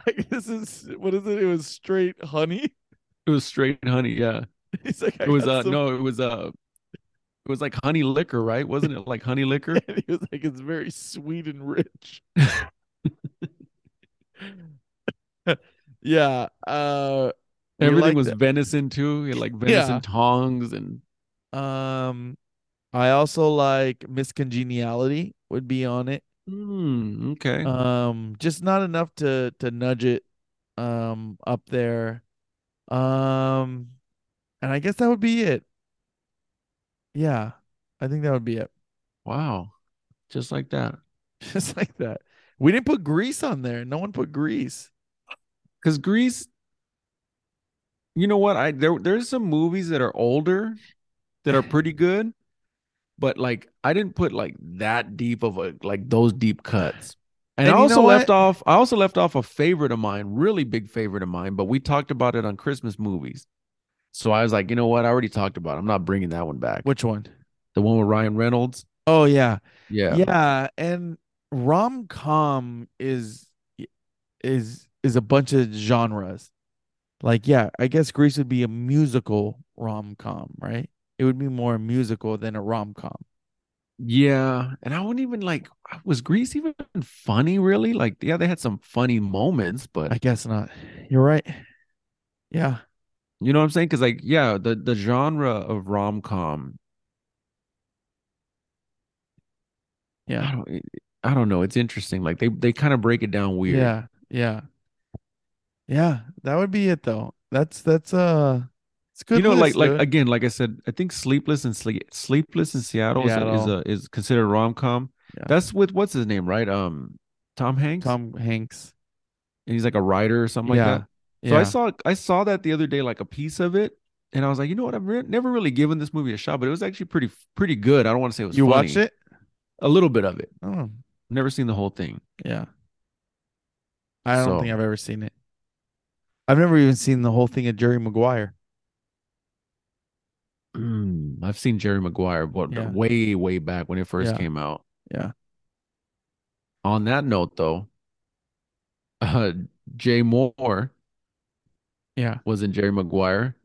S2: like, this is what is it? It was straight honey.
S3: It was straight honey, yeah.
S2: He's like, I
S3: It was
S2: got
S3: uh
S2: some-
S3: no, it was uh it was like honey liquor, right? Wasn't it like honey liquor?
S2: He was like, it's very sweet and rich. yeah. Uh, we
S3: Everything
S2: like
S3: was
S2: that. uh,
S3: venison too. He had like venison
S2: Yeah.
S3: tongs and
S2: Um, I also like Miss Congeniality would be on it.
S3: Hmm, okay.
S2: Um, just not enough to to nudge it um up there. Um, and I guess that would be it. Yeah, I think that would be it.
S3: wow. Just like that.
S2: Just like that. We didn't put Grease on there. No one put Grease.
S3: Because Greece, you know what? I there there's some movies that are older that are pretty good, but like I didn't put like that deep of a like those deep cuts. And,
S2: And
S3: I
S2: you
S3: also
S2: know
S3: left
S2: what?
S3: off I also left off a favorite of mine, really big favorite of mine, but we talked about it on Christmas movies. So I was like, you know what? I already talked about it. I'm not bringing that one back.
S2: Which one?
S3: The one with Ryan Reynolds.
S2: Oh yeah.
S3: Yeah.
S2: yeah and rom-com is is is a bunch of genres like yeah i guess greece would be a musical rom-com right it would be more a musical than a rom-com
S3: Yeah. And I wouldn't even like was Greece even funny really? Like, yeah, they had some funny moments, but
S2: i guess not you're right yeah
S3: You know what I'm saying? Because like, yeah, the the genre of rom com. I
S2: yeah
S3: don't, it- it- I don't know. It's interesting. Like they they kind of break it down weird.
S2: yeah yeah yeah that would be it though that's that's uh it's a good
S3: You know, like
S2: list,
S3: like
S2: dude.
S3: again, like I said, I think Sleepless and Sleep Sleepless in Seattle, is a- is
S2: Seattle.
S3: a is considered rom com.
S2: Yeah.
S3: That's with what's his name, right? Um, Tom Hanks,
S2: tom hanks
S3: and he's like a writer or something
S2: yeah
S3: like that. So I saw I saw that the other day, like a piece of it, and I was like, you know what? I've re- never really given this movie a shot, but it was actually pretty pretty good. I don't want to say it was
S2: you
S3: funny.
S2: watched it
S3: a little bit of it.
S2: oh
S3: Never seen the whole thing.
S2: Yeah. I don't
S3: So-
S2: think I've ever seen it. I've never even seen the whole thing of Jerry Maguire.
S3: Mm, I've seen Jerry Maguire, but
S2: Yeah.
S3: way, way back when it first
S2: Yeah.
S3: came out.
S2: Yeah.
S3: On that note, though, uh, Jay Moore
S2: Yeah.
S3: was in Jerry Maguire.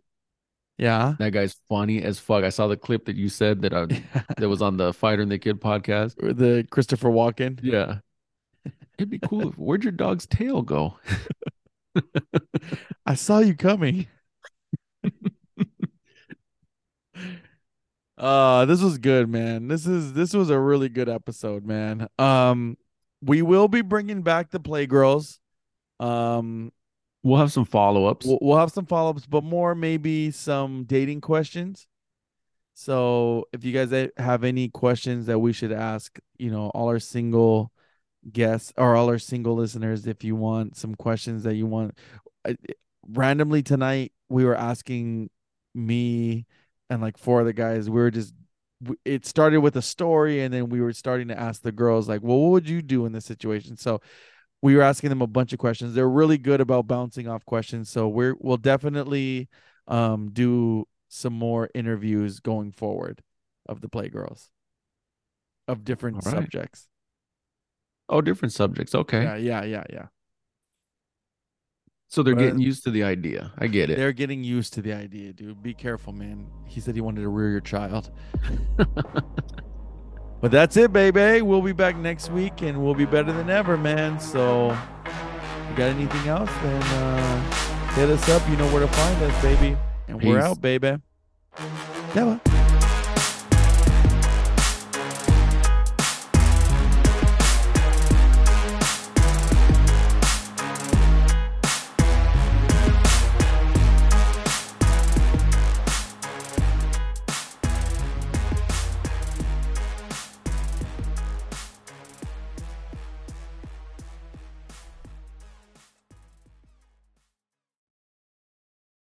S2: Yeah.
S3: That guy's funny as fuck. I saw the clip that you said that I, that was on the Fighter and the Kid podcast.
S2: Or the Christopher Walken.
S3: Yeah. It'd be cool if where'd your dog's tail go?
S2: I saw you coming. uh this was good, man. This is this was a really good episode, man. Um we will be bringing back the Playgirls. Um
S3: We'll have some follow-ups.
S2: We'll, we'll have some follow ups, but more maybe some dating questions. So if you guys a- have any questions that we should ask, you know, all our single guests or all our single listeners, if you want some questions that you want, I- randomly tonight we were asking me and like four other guys. We were just w- it started with a story, and then we were starting to ask the girls like, "Well, what would you do in this situation?" So we were asking them a bunch of questions. They're really good about bouncing off questions, so we're we'll definitely um do some more interviews going forward of the playgirls of different
S3: All right.
S2: subjects.
S3: Oh, different subjects. Okay.
S2: Yeah, yeah, yeah, yeah.
S3: So they're
S2: Well,
S3: getting used to the idea. I get it.
S2: They're getting used to the idea, dude. Be careful, man. He said he wanted to rear your child. but that's it, baby. We'll be back next week and we'll be better than ever, man. So, you got anything else? Then uh, hit us up. You know where to find us, baby. And we're
S3: Peace.
S2: out, baby. Never.